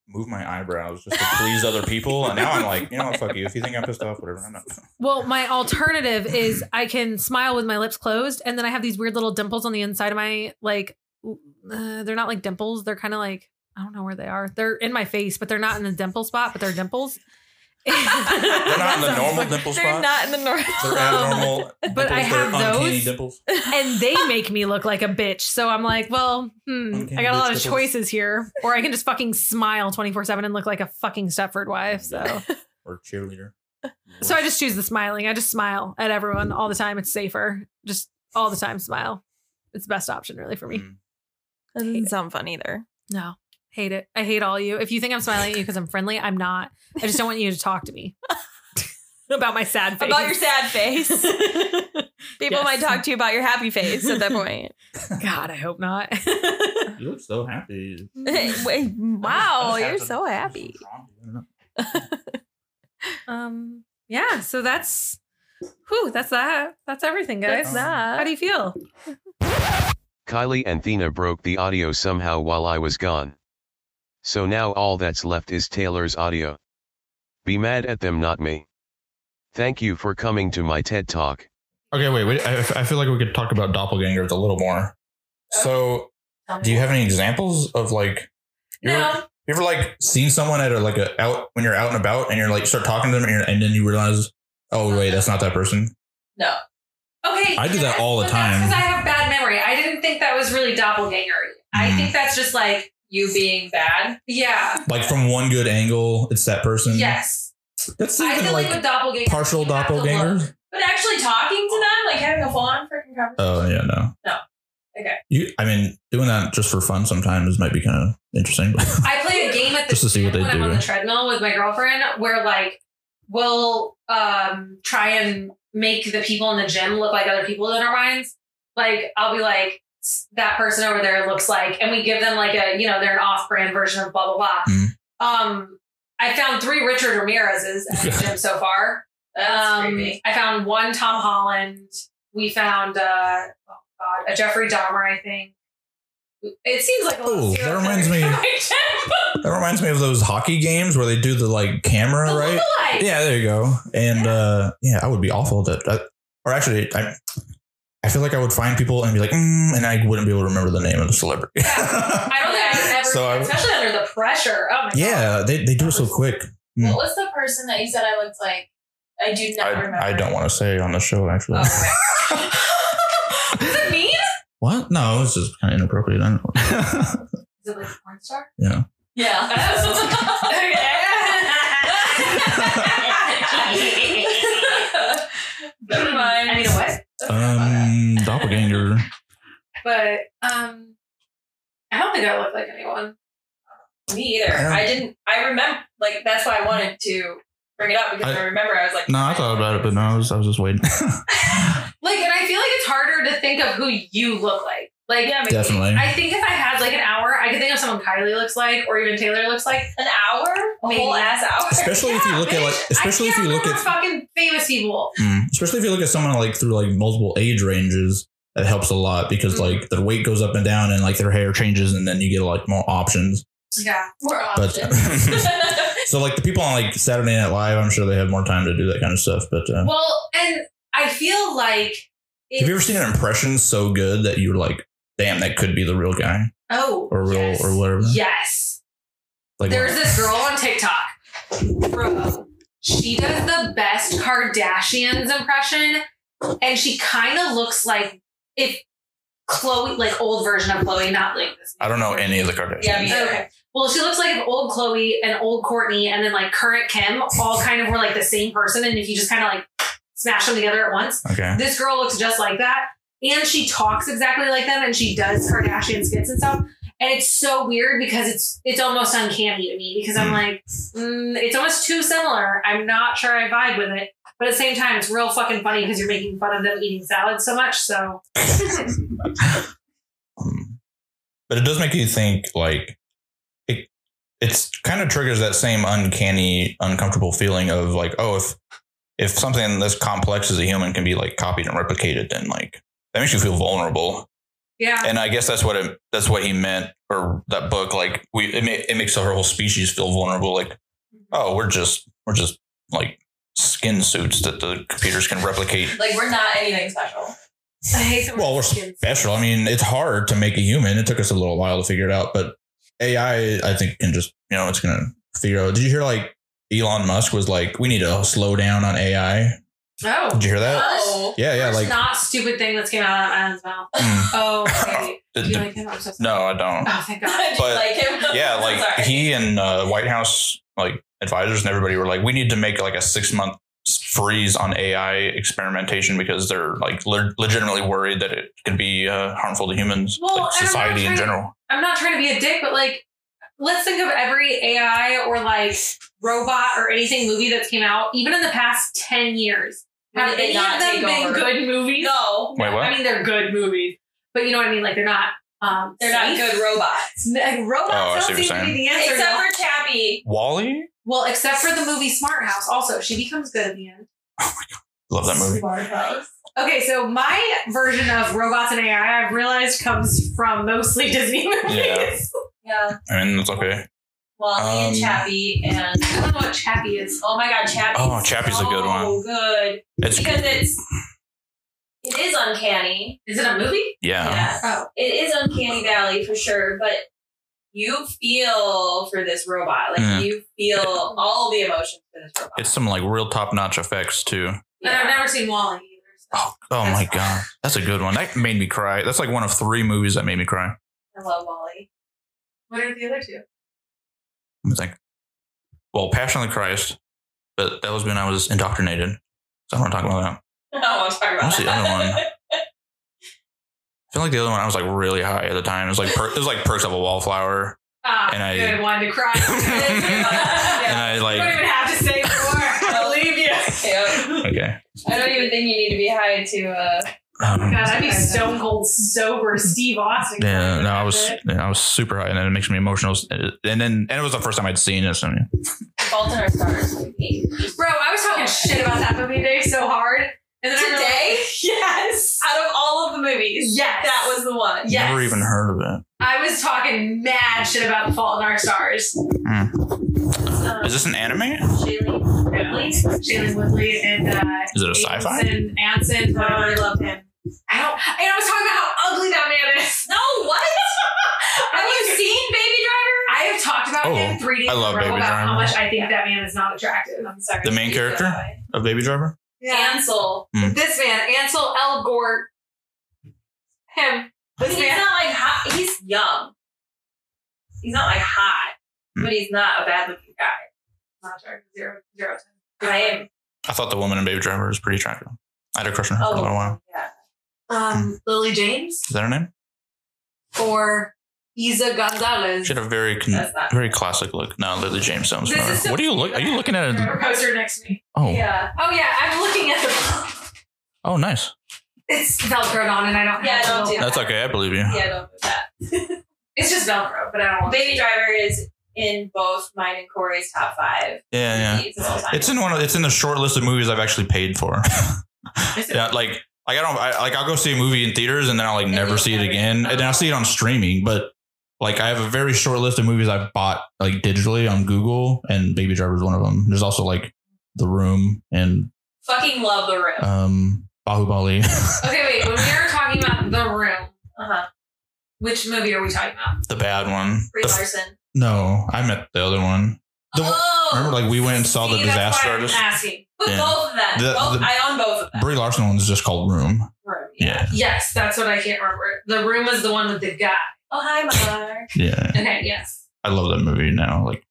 Speaker 3: move my eyebrows just to please other people. And now I'm like, you know what, fuck you. If you think I'm pissed off, whatever. I'm not.
Speaker 2: Well, my alternative is I can smile with my lips closed, and then I have these weird little dimples on the inside of my like. Uh, they're not like dimples. They're kind of like I don't know where they are. They're in my face, but they're not in the dimple spot. But they're dimples.
Speaker 4: They're not in the
Speaker 2: That sounds
Speaker 4: normal
Speaker 2: fucking-
Speaker 4: dimple
Speaker 1: They're
Speaker 4: spot.
Speaker 1: not in the north.
Speaker 3: They're abnormal.
Speaker 2: But I
Speaker 3: dimples. They're
Speaker 2: have
Speaker 3: uncanny
Speaker 2: those.
Speaker 3: dimples.
Speaker 2: and they make me look like a bitch. So I'm like, well, hmm,
Speaker 3: Okay,
Speaker 2: I got a
Speaker 3: bitch
Speaker 2: lot of
Speaker 3: dimples.
Speaker 2: choices here, or I can just fucking smile 24 seven and look like a fucking Stepford wife. So,
Speaker 3: Or cheerleader.
Speaker 2: so I just choose the smiling. I just smile at everyone all the time. It's safer. Just all the time smile. It's the best option really for me.
Speaker 4: Mm.
Speaker 1: That doesn't sound fun either.
Speaker 2: No, hate it. I hate all you. If you think I'm smiling at you because I'm friendly, I'm not. I just don't want you to talk to me about my sad face.
Speaker 1: About your sad face. People
Speaker 2: Yes.
Speaker 1: might talk to you about your happy face at that point.
Speaker 2: God, I hope not.
Speaker 3: You look so happy.
Speaker 1: Wait, wow, you're so happy.
Speaker 2: um, yeah. So that's, whew, that's that. That's everything, guys.
Speaker 1: That's
Speaker 2: How
Speaker 1: that.
Speaker 2: do you feel?
Speaker 7: Kylie and Thena broke the audio somehow while I was gone. So now all that's left is Taylor's audio. Be mad at them, not me. Thank you for coming to my TED Talk.
Speaker 3: Okay, wait. wait I, I feel like we could talk about doppelgangers a little more. So, do you have any examples of like? you ever-
Speaker 2: No.
Speaker 3: You ever like seen someone at a like a out when you're out and about and you're like start talking to them and, you're, and then you realize, oh wait, that's not that person.
Speaker 2: Okay.
Speaker 3: I do that all the
Speaker 2: but that's
Speaker 3: time.
Speaker 2: I have bad memory. I didn't think that was really doppelganger.
Speaker 3: Mm.
Speaker 2: that's just like you being bad. Yeah.
Speaker 3: Like from one good angle, it's that person.
Speaker 2: Yes.
Speaker 3: that's even like,
Speaker 2: doppelganger,
Speaker 3: partial doppelgangers.
Speaker 5: But actually talking to them, like having a full on freaking conversation.
Speaker 3: Oh yeah, no.
Speaker 5: No. Okay.
Speaker 3: You, I mean, doing that just for fun sometimes might be kind of interesting.
Speaker 5: I play a game at the
Speaker 3: Just to see what
Speaker 5: gym
Speaker 3: they
Speaker 5: when I'm
Speaker 3: do.
Speaker 5: on the treadmill with my girlfriend where like we'll um try and make the people in the gym look like other people in our minds. Like I'll be like "S- that person over there looks like and we give them like a you know they're an off-brand version of blah blah blah.
Speaker 3: Mm.
Speaker 5: Um I found three Richard Ramirez's at the gym so far. Um I found one Tom Holland. We found uh oh god, a Jeffrey Dahmer I think. It seems like a lot of
Speaker 3: Oh, that
Speaker 5: serial
Speaker 3: reminds me-
Speaker 5: killers.
Speaker 3: That reminds me of those hockey games where they do the like camera,
Speaker 5: The
Speaker 3: right?
Speaker 5: lookalike.
Speaker 3: Yeah, there you go. And uh yeah, I would be awful at that. Or actually, I I feel like I would find people and be like, mm, and I wouldn't be able to remember the name of the celebrity.
Speaker 5: I don't think I've ever,
Speaker 3: So I-
Speaker 5: especially under the pressure. Oh my god.
Speaker 3: yeah, they, they do it so quick.
Speaker 8: What was the person that you said I looked like? I do not remember. Oh,
Speaker 3: I, I don't want to say it on the show, actually.
Speaker 1: Oh,
Speaker 5: Is it mean?
Speaker 3: What? No, it's just kind of inappropriate. I don't know.
Speaker 5: Is it like a porn star?
Speaker 3: yeah.
Speaker 8: Yeah. Never mind.
Speaker 2: I mean, what?
Speaker 9: Um, doppelganger.
Speaker 2: But um, I don't think I look like anyone.
Speaker 1: Me either. I didn't. I remember. Like that's why I wanted to bring it up because I,
Speaker 9: I-
Speaker 1: remember I was like,
Speaker 9: No, I thought about it, but no, I was, I was just waiting.
Speaker 2: Like, and I feel like it's harder to think of who you look like. Like, yeah,
Speaker 9: Definitely.
Speaker 2: I think if I had like an hour, I could think of someone Kylie looks like, or even Taylor looks like.
Speaker 1: an hour, a
Speaker 2: Maybe.
Speaker 1: whole ass hour.
Speaker 9: Especially if you
Speaker 2: Yeah,
Speaker 9: look at like,
Speaker 2: bitch, I
Speaker 9: especially if
Speaker 2: can't
Speaker 9: you look
Speaker 2: remember
Speaker 9: at,
Speaker 2: fucking famous people.
Speaker 9: Mm. especially if you look at someone like through like multiple age ranges, that helps a lot because
Speaker 2: Mhm.
Speaker 9: like their weight goes up and down and like their hair changes and then you get like more options.
Speaker 2: Yeah,
Speaker 8: More
Speaker 9: But
Speaker 8: options.
Speaker 9: so like the people on like Saturday Night Live, I'm sure they have more time to do that kind of stuff. But uh,
Speaker 2: Well, and I feel like.
Speaker 9: have you ever seen an impression so good that you're like, damn, that could be the real guy
Speaker 2: Oh.
Speaker 9: or real
Speaker 2: yes.
Speaker 9: or whatever?
Speaker 2: Yes.
Speaker 9: Like
Speaker 2: There's this girl on TikTok. Bro, she does the best Kardashians impression, and she kind of looks like if Chloe, like old version of Chloe, not like this.
Speaker 3: I don't know any of the Kardashians.
Speaker 8: Yeah, me either.
Speaker 2: Okay. Well, she looks like if old Chloe and old Courtney and then like current Kim all kind of were like the same person, and if you just kind of like smash them together at once,
Speaker 9: okay.
Speaker 2: this girl looks just like that. And she talks exactly like them and she does Kardashian skits and stuff. And it's so weird because it's it's almost uncanny to me because I'm
Speaker 9: Hmm.
Speaker 3: Mm.
Speaker 2: like, mm, it's almost too similar. I'm not sure I vibe with it. But at the same time, it's real fucking funny because you're making fun of them eating salad so much. So
Speaker 9: Um, but it does make you think like it it's kind of triggers that same uncanny uncomfortable feeling of like oh if if something this complex as a human can be like copied and replicated then like that makes you feel vulnerable
Speaker 2: yeah.
Speaker 3: and I guess that's what it, that's what he meant, or that book. Like we, it, ma- it makes our whole species feel vulnerable. Like, oh, we're just we're just like skin suits that the computers can replicate.
Speaker 8: like we're not anything special.
Speaker 2: I hate that
Speaker 9: well we're
Speaker 2: skins.
Speaker 9: special i mean it's hard to make a human it took us a little while to figure it out but ai i think can just you know it's gonna figure out did you hear like elon musk was like we need to slow down on ai
Speaker 2: Oh.
Speaker 9: did you hear that
Speaker 8: Oh.
Speaker 9: yeah yeah
Speaker 2: First
Speaker 9: like
Speaker 2: not stupid thing that's came out of that man's mouth.
Speaker 9: mm,
Speaker 2: Oh, okay.
Speaker 9: the-
Speaker 2: Do you
Speaker 9: the-
Speaker 2: like him? I'm so sorry.
Speaker 3: No, I don't.
Speaker 2: Oh, thank God.
Speaker 8: Do you
Speaker 3: But-
Speaker 8: like him?
Speaker 3: Yeah,
Speaker 8: I'm
Speaker 3: like
Speaker 8: sorry.
Speaker 3: he and uh, White House like advisors and everybody were like, we need to make like a six month freeze on AI experimentation because they're like le- legitimately worried that it could be uh, harmful to humans,
Speaker 2: Well,
Speaker 3: like
Speaker 2: and I'm not
Speaker 3: society in
Speaker 2: trying-
Speaker 3: general.
Speaker 2: I'm not trying to be a dick, but like, let's think of every AI or like robot or anything movie that's came out, even in the past 10 years.
Speaker 8: When
Speaker 2: Have
Speaker 8: did they
Speaker 2: any
Speaker 8: not
Speaker 2: of them
Speaker 8: take
Speaker 2: been
Speaker 8: over?
Speaker 2: good movies?
Speaker 8: No,
Speaker 3: Wait, what?
Speaker 2: I mean, they're good movies, but you know what I mean? Like, they're not, um,
Speaker 8: they're not good robots.
Speaker 2: good. Robots
Speaker 3: Oh, I see
Speaker 2: don't
Speaker 3: what
Speaker 2: seem to
Speaker 3: you're
Speaker 2: be
Speaker 3: saying.
Speaker 2: the answer.
Speaker 8: Except
Speaker 2: no.
Speaker 8: for Chappie.
Speaker 3: Wally,
Speaker 2: well, except for the movie Smart House, also. She becomes good at the end.
Speaker 3: love that movie.
Speaker 8: Smart house.
Speaker 2: Okay, so my version of robots and AI, I've realized, comes from mostly Disney movies.
Speaker 3: Yeah.
Speaker 8: Yeah.
Speaker 3: I mean, that's okay.
Speaker 8: Wally
Speaker 3: Um,
Speaker 8: and Chappie and
Speaker 2: I don't know what Chappie is.
Speaker 8: oh my god, Chappie.
Speaker 3: Oh, Chappie's a good one.
Speaker 8: good.
Speaker 3: It's
Speaker 8: Because it's it is uncanny.
Speaker 2: Is it a movie?
Speaker 3: yeah.
Speaker 8: Yeah.
Speaker 2: Oh.
Speaker 8: It is uncanny valley for sure, but you feel for this robot. Like
Speaker 3: Mhm.
Speaker 8: you feel all the emotions for this robot.
Speaker 3: It's some like real top notch effects too.
Speaker 2: But I've never seen Wally either. So.
Speaker 3: Oh, oh my god, that's a good one. That made me cry. That's like one of three movies that made me cry.
Speaker 8: I love Wally.
Speaker 2: What are the other two?
Speaker 3: Let me think. Well, Passion of the Christ, but that was when I was indoctrinated. So I don't want to talk about that.
Speaker 8: I don't want to talk about
Speaker 3: What's the
Speaker 8: that.
Speaker 3: other one? I feel like the other one I was like really high at the time. It was like per- it was like Perks of a Wallflower,
Speaker 2: Ah,
Speaker 3: And I-
Speaker 2: good one to cry.
Speaker 3: and
Speaker 2: yeah.
Speaker 3: I
Speaker 2: You don't
Speaker 3: like
Speaker 2: even have to say more. I believe you.
Speaker 8: Yep.
Speaker 3: okay.
Speaker 8: I don't even think you need to be high to uh
Speaker 3: Um,
Speaker 2: God, I'd be stone cold sober Steve Austin.
Speaker 3: yeah, no, I was yeah, I was super high, and then it makes me emotional. And then and it was the first time I'd seen it. So yeah.
Speaker 8: Fault in Our Stars. I think.
Speaker 2: Bro, I was talking shit about that movie today so hard. And then I realized-
Speaker 8: Today?
Speaker 2: yes.
Speaker 8: Out of all of the movies,
Speaker 2: Yes.
Speaker 8: that was the one.
Speaker 2: Yes.
Speaker 3: never even heard of it.
Speaker 2: I was talking mad shit about The Fault in Our Stars.
Speaker 8: Um,
Speaker 3: Is this an anime?
Speaker 8: Shailene.
Speaker 2: Woodley, Shailene Woodley, and uh,
Speaker 3: Is it a sci-fi?
Speaker 2: Anson, Anson,
Speaker 8: I
Speaker 2: whatever.
Speaker 8: really love him.
Speaker 2: I don't. And I was talking about how ugly that man is.
Speaker 8: No, what?
Speaker 2: I
Speaker 8: Have
Speaker 2: was-
Speaker 8: you seen Baby Driver?
Speaker 2: I have talked about
Speaker 3: Oh,
Speaker 2: him three days
Speaker 3: I
Speaker 2: in a
Speaker 3: love
Speaker 2: row
Speaker 3: Baby
Speaker 2: about how
Speaker 3: Driver.
Speaker 2: much I think that man is not attractive. I'm sorry.
Speaker 3: The main character of Baby Driver?
Speaker 2: Yeah.
Speaker 8: Ansel.
Speaker 2: this man, Ansel Elgort. Him.
Speaker 8: But
Speaker 2: This
Speaker 8: he's
Speaker 2: man.
Speaker 8: not like hot. He's young. He's not like hot.
Speaker 3: Hmm.
Speaker 8: but he's not a bad looking guy. Not sure. Zero, zero. I am.
Speaker 3: I thought the woman in Baby Driver was pretty attractive. I had a crush on her for a little while.
Speaker 8: oh, yeah.
Speaker 3: Um,
Speaker 2: Lily James
Speaker 3: Is that her name?
Speaker 2: or Isa Gonzalez.
Speaker 3: She had a very con-
Speaker 8: That's not.
Speaker 3: Hmm. very classic look. No, Lily James sounds
Speaker 2: This
Speaker 3: familiar.
Speaker 2: is
Speaker 3: What are you look? Are you looking at?
Speaker 2: Her
Speaker 3: It?
Speaker 2: poster next to me.
Speaker 3: Oh,
Speaker 8: Yeah.
Speaker 2: Oh yeah, I'm looking at the.
Speaker 3: oh, nice.
Speaker 2: It's velcroed on, and I don't.
Speaker 8: Yeah,
Speaker 2: have
Speaker 8: don't
Speaker 2: the-
Speaker 8: do
Speaker 3: That's okay. I believe you.
Speaker 8: Yeah, don't do that.
Speaker 2: It's just velcro, but I don't. want
Speaker 8: Baby Driver is in both mine and Corey's top five.
Speaker 3: yeah. yeah.
Speaker 8: It's all time.
Speaker 3: It's in one. Of, it's in the short list of movies I've actually paid for. yeah, like like I don't I, like I'll go see a movie in theaters and then I'll like never
Speaker 8: you
Speaker 3: see it
Speaker 8: never-
Speaker 3: again, and then I'll see it on streaming. But like I have a very short list of movies I bought like digitally on Google, and Baby Driver is one of them. There's also like The Room and
Speaker 8: Fucking love the room.
Speaker 3: um Bahubali,
Speaker 2: Okay, wait. When we were talking about the room,
Speaker 8: Uh-huh.
Speaker 2: which movie are we talking about?
Speaker 3: the bad one.
Speaker 8: Brie
Speaker 3: The f-
Speaker 8: Larson.
Speaker 3: no, I meant the other one. The one-
Speaker 2: oh,
Speaker 3: remember, like we went and saw the
Speaker 2: see, that's
Speaker 3: Disaster
Speaker 2: why I'm
Speaker 3: Artist.
Speaker 2: Asking.
Speaker 8: But
Speaker 3: Yeah.
Speaker 8: both of them.
Speaker 3: The-
Speaker 8: both,
Speaker 3: the-
Speaker 8: I own both of them.
Speaker 3: Brie Larson one is just called Room.
Speaker 8: Room,
Speaker 3: Yeah,
Speaker 2: Yes, that's what I can't remember. The room was the one with the guy.
Speaker 8: Oh, hi, Mark.
Speaker 3: yeah.
Speaker 2: Okay, yes.
Speaker 3: I love that movie now. Like,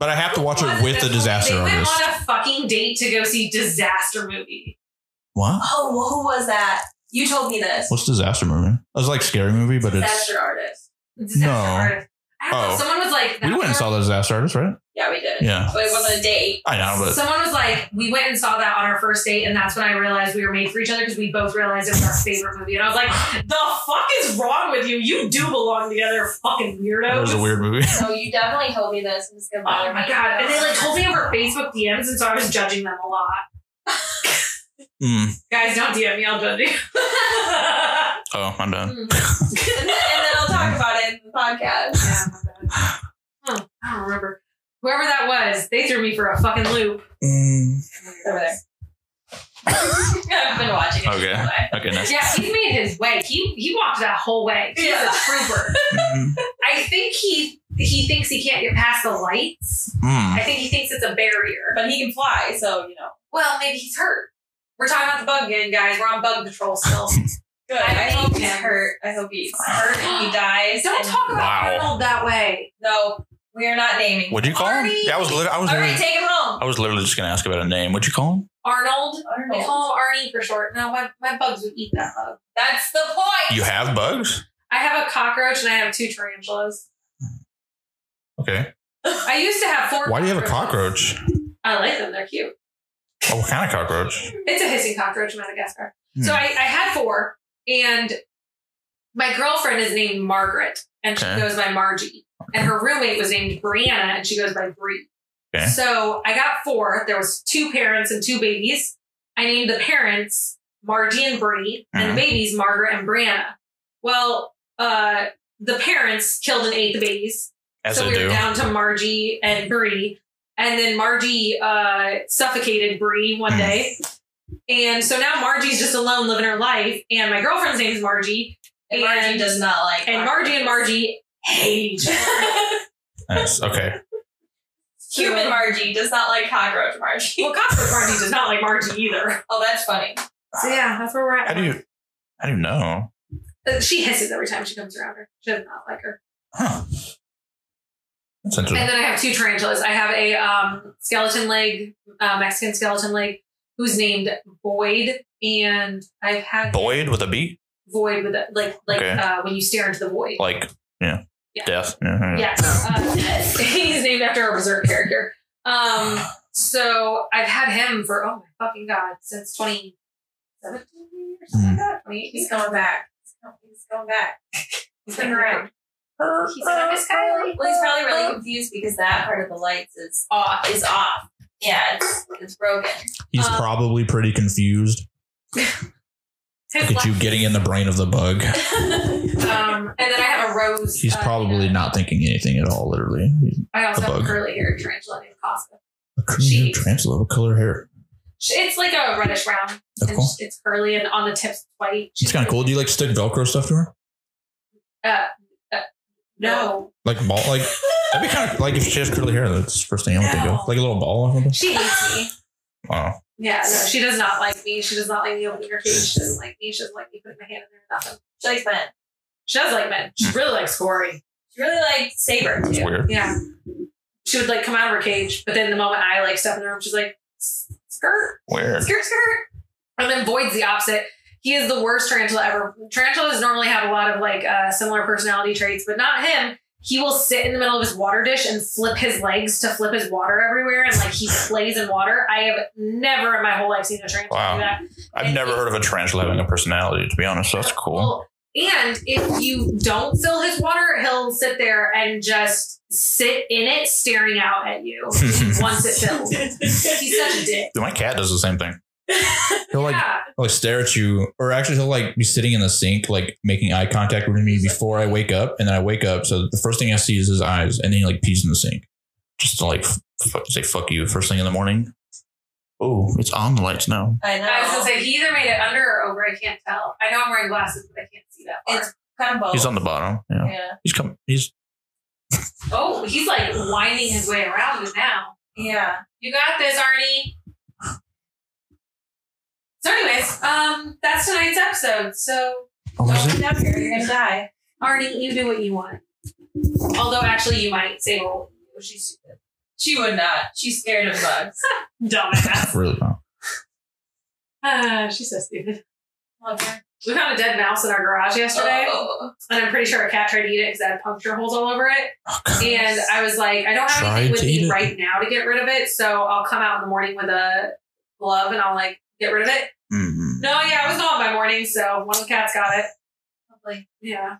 Speaker 3: but I have to watch it with the Disaster
Speaker 2: They went
Speaker 3: Artist.
Speaker 2: on a fucking date to go see disaster movie.
Speaker 3: What?
Speaker 8: Oh, well, who was that? You told me this.
Speaker 3: What's disaster movie? It was like scary movie, but it's
Speaker 8: Disaster artist.
Speaker 2: Disaster
Speaker 3: No.
Speaker 2: artist. I don't know.
Speaker 3: Oh.
Speaker 2: Someone was like,
Speaker 3: we went and saw the disaster artist, right?
Speaker 8: Yeah, we did.
Speaker 3: Yeah,
Speaker 8: But it wasn't a date.
Speaker 3: I know, but
Speaker 2: Someone was like, we went and saw that on our first date, and that's when I realized we were made for each other because we both realized it was our favorite movie. And I was like, the fuck is wrong with you? You do belong together, fucking weirdos.
Speaker 3: it was a weird movie.
Speaker 8: So you definitely told me this. and It's gonna bother
Speaker 2: Oh my
Speaker 8: me.
Speaker 2: god! And they like told me over Facebook DMs, and so I was judging them a lot.
Speaker 3: Mm.
Speaker 2: Guys, don't DM me. I'll judge you. yeah,
Speaker 3: Oh, I'm done.
Speaker 8: and, then, and then I'll talk about it in the podcast.
Speaker 2: my bad. Huh, I don't remember. Whoever that was, they threw me for a fucking loop. Mm.
Speaker 3: Mm.
Speaker 8: Over there. I've been watching it.
Speaker 3: Okay.
Speaker 8: anyway.
Speaker 3: Okay, nice.
Speaker 2: Yeah, he's made his way. He he walked that whole way. He's
Speaker 8: Yeah.
Speaker 2: a trooper.
Speaker 3: Mhm.
Speaker 2: I think he he thinks he can't get past the lights.
Speaker 3: Mm.
Speaker 2: I think he thinks it's a barrier. But
Speaker 8: But he can fly, so you know.
Speaker 2: well, maybe he's hurt. We're talking about the bug gang, guys. We're on bug patrol still.
Speaker 8: Good.
Speaker 2: I
Speaker 8: I, hope
Speaker 2: think-
Speaker 8: he's hurt. I hope he's hurt. and He dies.
Speaker 2: Don't
Speaker 8: and-
Speaker 2: talk about
Speaker 3: Wow.
Speaker 2: Arnold that way.
Speaker 8: No, we are not naming.
Speaker 3: What'd you call him?
Speaker 2: Arnie!
Speaker 3: Yeah, I was. Lit- I was.
Speaker 8: All
Speaker 3: Literally-
Speaker 8: right, take him home.
Speaker 3: I was literally just gonna ask about a name. What'd you call him?
Speaker 2: Arnold.
Speaker 3: Oh.
Speaker 2: We
Speaker 8: Arnold.
Speaker 2: call him Arnie for short. No, my, my bugs would eat that bug.
Speaker 8: That's the point.
Speaker 3: You have bugs.
Speaker 2: I have a cockroach and I have two tarantulas.
Speaker 3: Okay.
Speaker 2: I used to have four.
Speaker 3: Why do you have a
Speaker 2: cockroaches.
Speaker 3: cockroach?
Speaker 2: I like them. They're cute.
Speaker 3: Oh, what kind of cockroach?
Speaker 2: It's a hissing cockroach in Madagascar. So
Speaker 3: Hmm.
Speaker 2: I, I had four, and my girlfriend is named Margaret, and she
Speaker 3: Okay.
Speaker 2: goes by Margie. And her roommate was named Brianna, and she goes by Bree.
Speaker 3: Okay.
Speaker 2: So I got four. There was two parents and two babies. I named the parents Margie and Bree, and
Speaker 3: Mhm.
Speaker 2: the babies Margaret and Brianna. Well, uh, the parents killed and ate the babies
Speaker 3: As
Speaker 2: so
Speaker 3: I
Speaker 2: we were
Speaker 3: do.
Speaker 2: down to Margie and Bree. And then Margie uh, suffocated Bree one
Speaker 3: Hmm.
Speaker 2: day. And so now Margie's just alone living her life. And my girlfriend's name is Margie.
Speaker 8: And Margie
Speaker 2: And-
Speaker 8: does not like.
Speaker 2: And Margie and Margie hate each other.
Speaker 8: Margie.
Speaker 3: Nice. Okay.
Speaker 8: Human Margie does not like cockroach Margie.
Speaker 2: well, Cockroach Margie does not like Margie either.
Speaker 8: Oh, that's funny.
Speaker 2: So yeah, that's where we're at.
Speaker 3: How do you? How do you know?
Speaker 2: Uh, She hisses every time she comes around her. She does not like her.
Speaker 3: Huh. That's interesting.
Speaker 2: And then I have two tarantulas. I have a um, skeleton leg, uh, Mexican skeleton leg, who's named Boyd. And uh, I've had
Speaker 3: Boyd with a B,
Speaker 2: void with a, like like
Speaker 3: Okay.
Speaker 2: uh, when you stare into the void.
Speaker 3: like yeah,
Speaker 2: Yeah.
Speaker 3: death. Yeah, yeah.
Speaker 2: Yes, uh, he's named after a berserk character. Um, so I've had him for oh my fucking god since 2017 or
Speaker 3: Hmm.
Speaker 2: something like that. 2018.
Speaker 8: He's going back. He's going back. He's been around.
Speaker 2: He's like, Miss Kylie.
Speaker 8: Well, he's probably really confused because that part of the lights is off. Is off. Yeah, it's, it's broken.
Speaker 10: He's
Speaker 2: Uh,
Speaker 10: probably pretty confused.
Speaker 2: His
Speaker 10: Look at you
Speaker 2: last-
Speaker 10: getting in the brain of the bug.
Speaker 2: Um, and then I have a rose.
Speaker 10: He's
Speaker 2: uh,
Speaker 10: probably not thinking anything at all. Literally, He's
Speaker 2: I also
Speaker 10: a
Speaker 2: have a
Speaker 10: bug.
Speaker 2: curly haired tarantula named Costa.
Speaker 10: a
Speaker 2: Jeez.
Speaker 10: creature tarantula with color hair.
Speaker 2: She- It's like a reddish brown.
Speaker 10: That's
Speaker 2: and
Speaker 10: cool.
Speaker 2: sh- It's curly and on the tips white.
Speaker 10: It's kind of cool. Do you like stick Velcro stuff to her?
Speaker 2: uh, No,
Speaker 10: Like ball, like that'd be kind of like if she has curly hair. That's the first thing I would think
Speaker 2: No.
Speaker 10: of. Oh, Like a little ball or something.
Speaker 2: she hates me.
Speaker 10: Wow.
Speaker 2: Yeah, no, she does not like me. She does not like me opening her cage. She doesn't like me. She doesn't like me putting my hand in there. Nothing.
Speaker 8: She likes men.
Speaker 2: She does like men. She really likes Corey.
Speaker 8: She really liked Saber
Speaker 3: It's
Speaker 8: too.
Speaker 3: weird.
Speaker 2: Yeah. she would like come out of her cage, but then the moment I like step in the room, she's like "S- skirt,
Speaker 11: Where?
Speaker 2: skirt, skirt, and then Void's the opposite. He is the worst tarantula ever. Tarantulas normally have a lot of like uh, similar personality traits, but not him. He will sit in the middle of his water dish and flip his legs to flip his water everywhere, and like he plays in water. I have never in my whole life seen a tarantula
Speaker 11: Wow.
Speaker 2: do that.
Speaker 11: I've never heard of a tarantula having a personality. To be honest, that's cool.
Speaker 2: Well, and if you don't fill his water, he'll sit there and just sit in it, staring out at you once it fills. He's such a dick.
Speaker 11: Dude, my cat does the same thing.
Speaker 3: He'll like
Speaker 2: yeah.
Speaker 3: he'll like Oh, stare at you, or actually he'll like be sitting in the sink, like making eye contact with me before I wake up, and then I wake up. So the first thing I see is his eyes, and then he like pees in the sink, just to like f- f- say fuck you first thing in the morning. Oh, it's on the lights now.
Speaker 8: I know.
Speaker 2: I was gonna say he either made it under or over. I can't tell. I know I'm wearing glasses, but I can't see that far.
Speaker 8: It's kind of both.
Speaker 3: He's on the bottom. Yeah,
Speaker 8: yeah.
Speaker 3: he's coming. He's
Speaker 2: oh, he's like winding his way around you now.
Speaker 8: Yeah.
Speaker 2: You got this, Arnie. So, anyways, um, that's tonight's episode. So
Speaker 3: oh,
Speaker 8: Don't
Speaker 3: is
Speaker 8: come
Speaker 3: it?
Speaker 8: down here. You're gonna die.
Speaker 2: Arnie, you do what you want. Although, actually, you might say, "Well, she's stupid,
Speaker 8: She would not. She's scared of bugs.
Speaker 2: dumbass."
Speaker 3: Really? Oh.
Speaker 2: Ah, she's so stupid.
Speaker 8: Okay.
Speaker 2: We found a dead mouse in our garage yesterday,
Speaker 8: Oh.
Speaker 2: and I'm pretty sure a cat tried to eat it because it had puncture holes all over it.
Speaker 3: Oh, God.
Speaker 2: And I was like, "I don't have
Speaker 3: Tried
Speaker 2: anything with
Speaker 3: to
Speaker 2: me
Speaker 3: eat it.
Speaker 2: right now to get rid of it, so I'll come out in the morning with a glove and I'll like get rid of it."
Speaker 3: Mm.
Speaker 2: No, yeah, I was gone by morning, so one of the cats got it.
Speaker 8: Lovely.
Speaker 2: Yeah.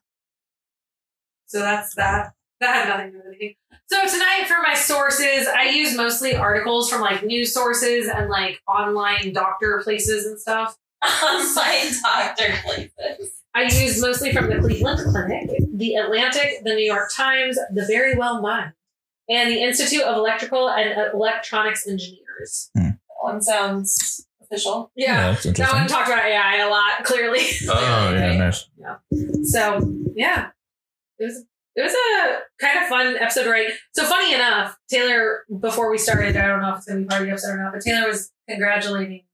Speaker 2: So that's that. That had nothing to do with anything. So tonight for my sources, I use mostly articles from like news sources and like online doctor places and stuff.
Speaker 8: Online doctor places.
Speaker 2: I use mostly from the Cleveland Clinic, the Atlantic, the New York Times, the Very Well Mind, and the Institute of Electrical and Electronics Engineers.
Speaker 8: One sounds official.
Speaker 3: Hmm. Yeah, that's
Speaker 2: That one
Speaker 3: interesting.
Speaker 2: talked about AI a lot, clearly.
Speaker 11: Oh
Speaker 3: Yeah, nice.
Speaker 2: So yeah, it was it was a kind of fun episode, right? So funny enough, Taylor before we started, I don't know if it's gonna be part of the episode or not, but Taylor was congratulating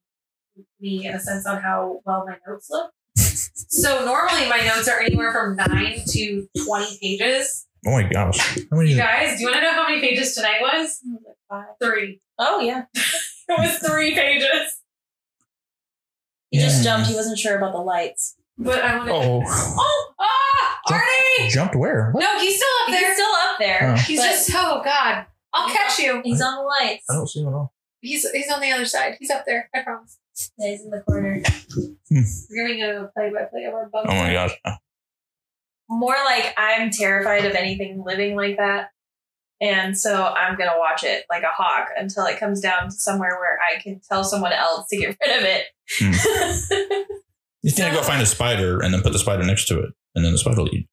Speaker 2: me in a sense on how well my notes look. So normally my notes are anywhere from nine to twenty pages.
Speaker 3: Oh my gosh, how many?
Speaker 2: You guys, do you want to know how many pages tonight was? Three.
Speaker 8: Oh yeah.
Speaker 2: It was three pages.
Speaker 8: He just
Speaker 3: Yeah.
Speaker 8: jumped. He wasn't sure about the lights.
Speaker 2: But I want to.
Speaker 3: Oh,
Speaker 2: Oh, ah, Arnie!
Speaker 3: jumped where? What?
Speaker 2: No, he's still up
Speaker 8: He's
Speaker 2: there.
Speaker 8: still up there.
Speaker 3: Oh.
Speaker 2: He's
Speaker 8: but
Speaker 2: just oh god. I'll catch you.
Speaker 8: He's on the lights.
Speaker 3: I don't see him at all.
Speaker 2: He's he's on the other side. He's up there. I promise.
Speaker 8: Yeah, he's in the corner.
Speaker 2: We're giving a play by play of our bugs.
Speaker 11: Oh my gosh.
Speaker 8: More like I'm terrified of anything living like that. And so I'm gonna watch it like a hawk until it comes down to somewhere where I can tell someone else to get rid of it.
Speaker 3: You need to go find a spider and then put the spider next to it, and then the spider will eat.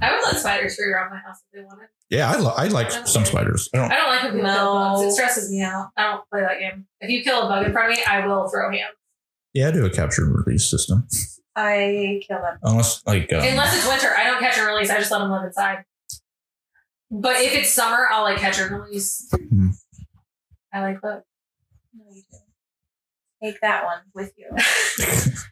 Speaker 2: I would let spiders free around my house if they wanted.
Speaker 3: Yeah, I, li- I like some spiders. I don't.
Speaker 2: I don't like when people kill
Speaker 8: No.
Speaker 2: bugs. It stresses me out. I don't play that game. If you kill a bug in front of me, I will throw him.
Speaker 3: Yeah, I do a capture and release system.
Speaker 8: I kill them.
Speaker 3: Unless like um,
Speaker 2: Unless it's winter, I don't catch and release. I just let them live inside. But if it's summer, I'll like catch and release.
Speaker 3: Hmm.
Speaker 2: I like bugs.
Speaker 8: No, you don't. Take that one with you.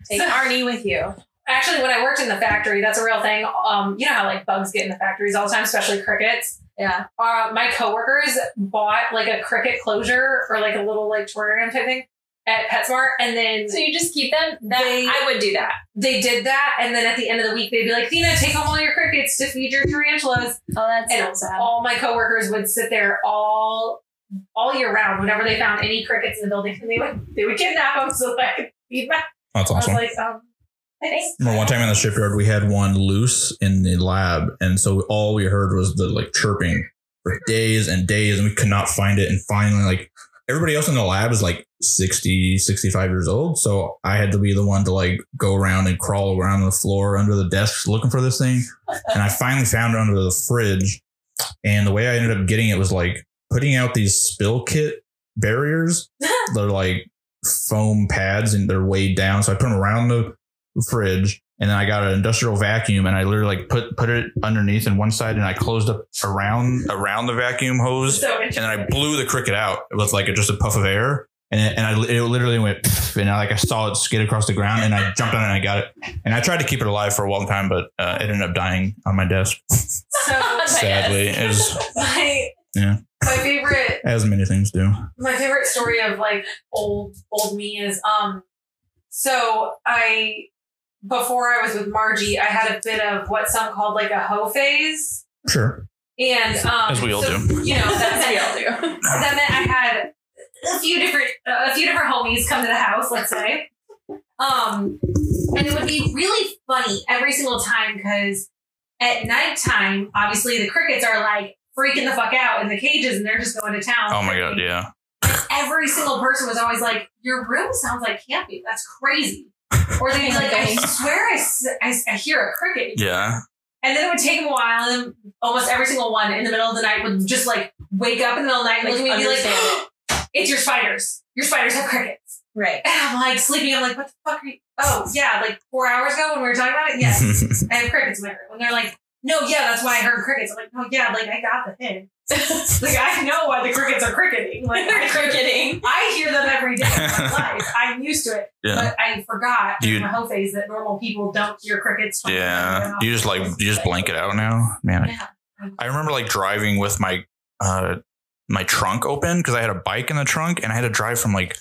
Speaker 8: Take Arnie with you.
Speaker 2: Actually, when I worked in the factory, that's a real thing. Um, you know how like bugs get in the factories all the time, especially crickets.
Speaker 8: Yeah.
Speaker 2: uh, my coworkers bought like a cricket closure or like a little like terrarium type thing at PetSmart, and then
Speaker 8: you just keep them? That,
Speaker 2: They-
Speaker 8: I would do that.
Speaker 2: they did that. And then at the end of the week, they'd be like, "Tina, take home all your crickets to feed your tarantulas."
Speaker 8: Oh, that's
Speaker 2: And
Speaker 8: so sad.
Speaker 2: all my coworkers would sit there all all year round whenever they found any crickets in the building, and they would they would kidnap them so that I could feed them.
Speaker 3: oh, that's awesome.
Speaker 2: I was like, um, thanks.
Speaker 3: Remember one time in the shipyard we had one loose in the lab, and so all we heard was the like chirping for days and days, and we could not find it. And finally, like everybody else in the lab is like 60, 65 years old, so I had to be the one to like go around and crawl around the floor under the desks looking for this thing. And I finally found it under the fridge. And the way I ended up getting it was like putting out these spill kit barriers. They're like foam pads and they're weighed down. So I put them around the fridge and then I got an industrial vacuum and I literally like put put it underneath in one side and I closed up around around the vacuum hose
Speaker 2: So
Speaker 3: and then I blew the cricket out with like just a puff of air and it, and I it literally went pff, and I like I saw it skid across the ground and I jumped on it and I got it and I tried to keep it alive for a long time but uh, it ended up dying on my desk
Speaker 2: so
Speaker 8: Yes.
Speaker 3: sadly it was
Speaker 2: my My favorite,
Speaker 12: as many things do.
Speaker 2: my favorite story of like old old me is um. So I, before I was with Margie, I had a bit of what some called like a hoe phase,
Speaker 12: Sure.
Speaker 2: and um,
Speaker 3: As we all
Speaker 2: so,
Speaker 3: do.
Speaker 2: You know, that's
Speaker 8: That's
Speaker 2: we
Speaker 8: what we all do.
Speaker 2: that meant I had a few different a few different homies come to the house, let's say. Um, and it would be really funny every single time because at nighttime, obviously the crickets are like freaking the fuck out in the cages and they're just going to town.
Speaker 3: Oh my god, yeah.
Speaker 2: Every single person was always like, "Your room sounds like camping. That's crazy." Or they'd be like, "I swear I, s- I s- I hear a cricket."
Speaker 3: Yeah.
Speaker 2: And then it would take them a while, and then almost every single one in the middle of the night would just like wake up in the middle of the night and
Speaker 8: Like,
Speaker 2: look at me and be
Speaker 8: understand
Speaker 2: like, "It's your spiders. Your spiders have crickets."
Speaker 8: Right.
Speaker 2: And I'm like sleeping. I'm like, "What the fuck are you?" Oh yeah, like four hours ago when we were talking about it. Yes, I have crickets in my room. And they're like, "No, yeah, that's why I heard crickets." I'm like, "No, yeah, like I got the hint. like I know why the crickets are cricketing. Like I,
Speaker 8: Cricketing.
Speaker 2: I hear them every day in my life. I'm used to it,
Speaker 3: yeah.
Speaker 2: but I forgot
Speaker 3: Do you-
Speaker 2: in my whole phase that normal people don't hear crickets. from
Speaker 3: Yeah.
Speaker 2: their
Speaker 3: You just like you just blank it out now. Man, I-
Speaker 2: Yeah.
Speaker 3: I remember like driving with my uh my trunk open because I had a bike in the trunk and I had to drive from like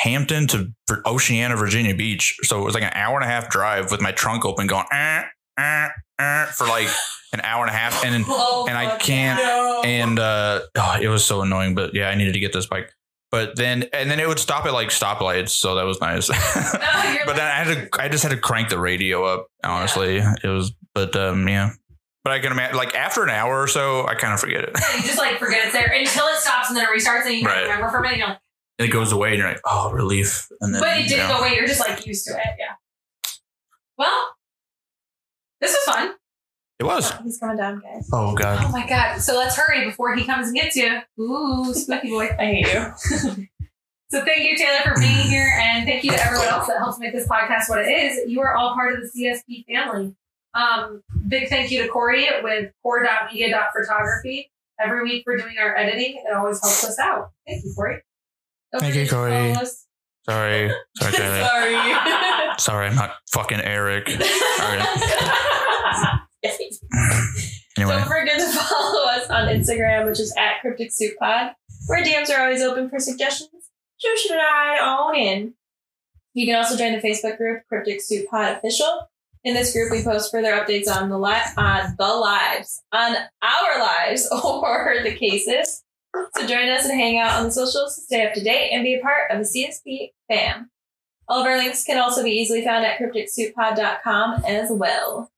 Speaker 3: Hampton to Vir- Oceana, Virginia Beach. So it was like an hour and a half drive with my trunk open going eh, eh, eh, for like an hour and a half and
Speaker 2: Oh,
Speaker 3: and I
Speaker 2: fuck
Speaker 3: can't
Speaker 2: yeah.
Speaker 3: and uh oh, it was so annoying but yeah I needed to get this bike. But then and then it would stop at like stoplights, so that was nice.
Speaker 2: Oh, you're
Speaker 3: but then I had to I just had to crank the radio up, honestly. It was but um yeah. But I can imagine like after an hour or so, I kind of forget it.
Speaker 2: Yeah, you just like forget it's there until it stops and then it restarts and you
Speaker 3: Right.
Speaker 2: can't remember for a minute. You're like,
Speaker 3: it goes away and you're like, oh, relief. And then,
Speaker 2: but it didn't
Speaker 3: yeah.
Speaker 2: go away. You're just like used to it. Yeah. Well, this was fun.
Speaker 3: It was.
Speaker 8: He's coming down, guys.
Speaker 3: Oh, God.
Speaker 2: Oh my god! So let's hurry before he comes and gets you. Ooh, spooky boy.
Speaker 8: I hate you.
Speaker 2: So thank you, Taylor, for being here, and thank you to everyone else that helps make this podcast what it is. You are all part of the CSP family. Um, big thank you to Corey with core.media.photography every week for doing our editing. It always helps us out. Thank you, Corey. Don't
Speaker 3: Thank you,
Speaker 2: forget to
Speaker 3: Corey.
Speaker 2: follow us.
Speaker 3: Sorry. Sorry, Tyler.
Speaker 8: Sorry.
Speaker 3: Sorry, I'm not fucking Eric. Anyway.
Speaker 8: Don't forget to follow us on Instagram, which is at Cryptic Soup Pod. Our DMs are always open for suggestions. Shoot should I on in. You can also join the Facebook group Cryptic Soup Pod Official. In this group, we post further updates on the li- on the lives, on our lives, or the cases. So join us and hang out on the socials to stay up to date and be a part of the CSP fam. All of our links can also be easily found at crypticsouppod.com as well.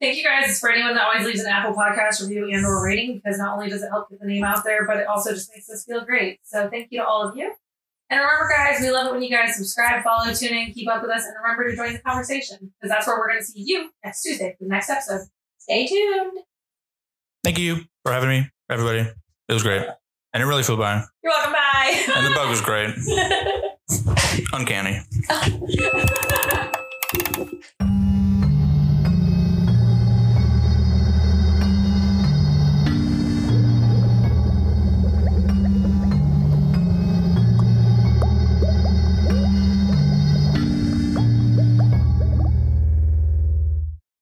Speaker 2: Thank you guys for anyone that always leaves an Apple Podcast review and or rating because not only does it help get the name out there, but it also just makes us feel great. So thank you to all of you. And remember, guys, we love it when you guys subscribe, follow, tune in, keep up with us, and remember to join the conversation because that's where we're going to see you next Tuesday for the next episode.
Speaker 8: Stay tuned.
Speaker 3: Thank you for having me, everybody. It was great. I didn't really feel bad.
Speaker 8: You're welcome.
Speaker 3: And the
Speaker 8: Bye.
Speaker 3: bug was great. Uncanny.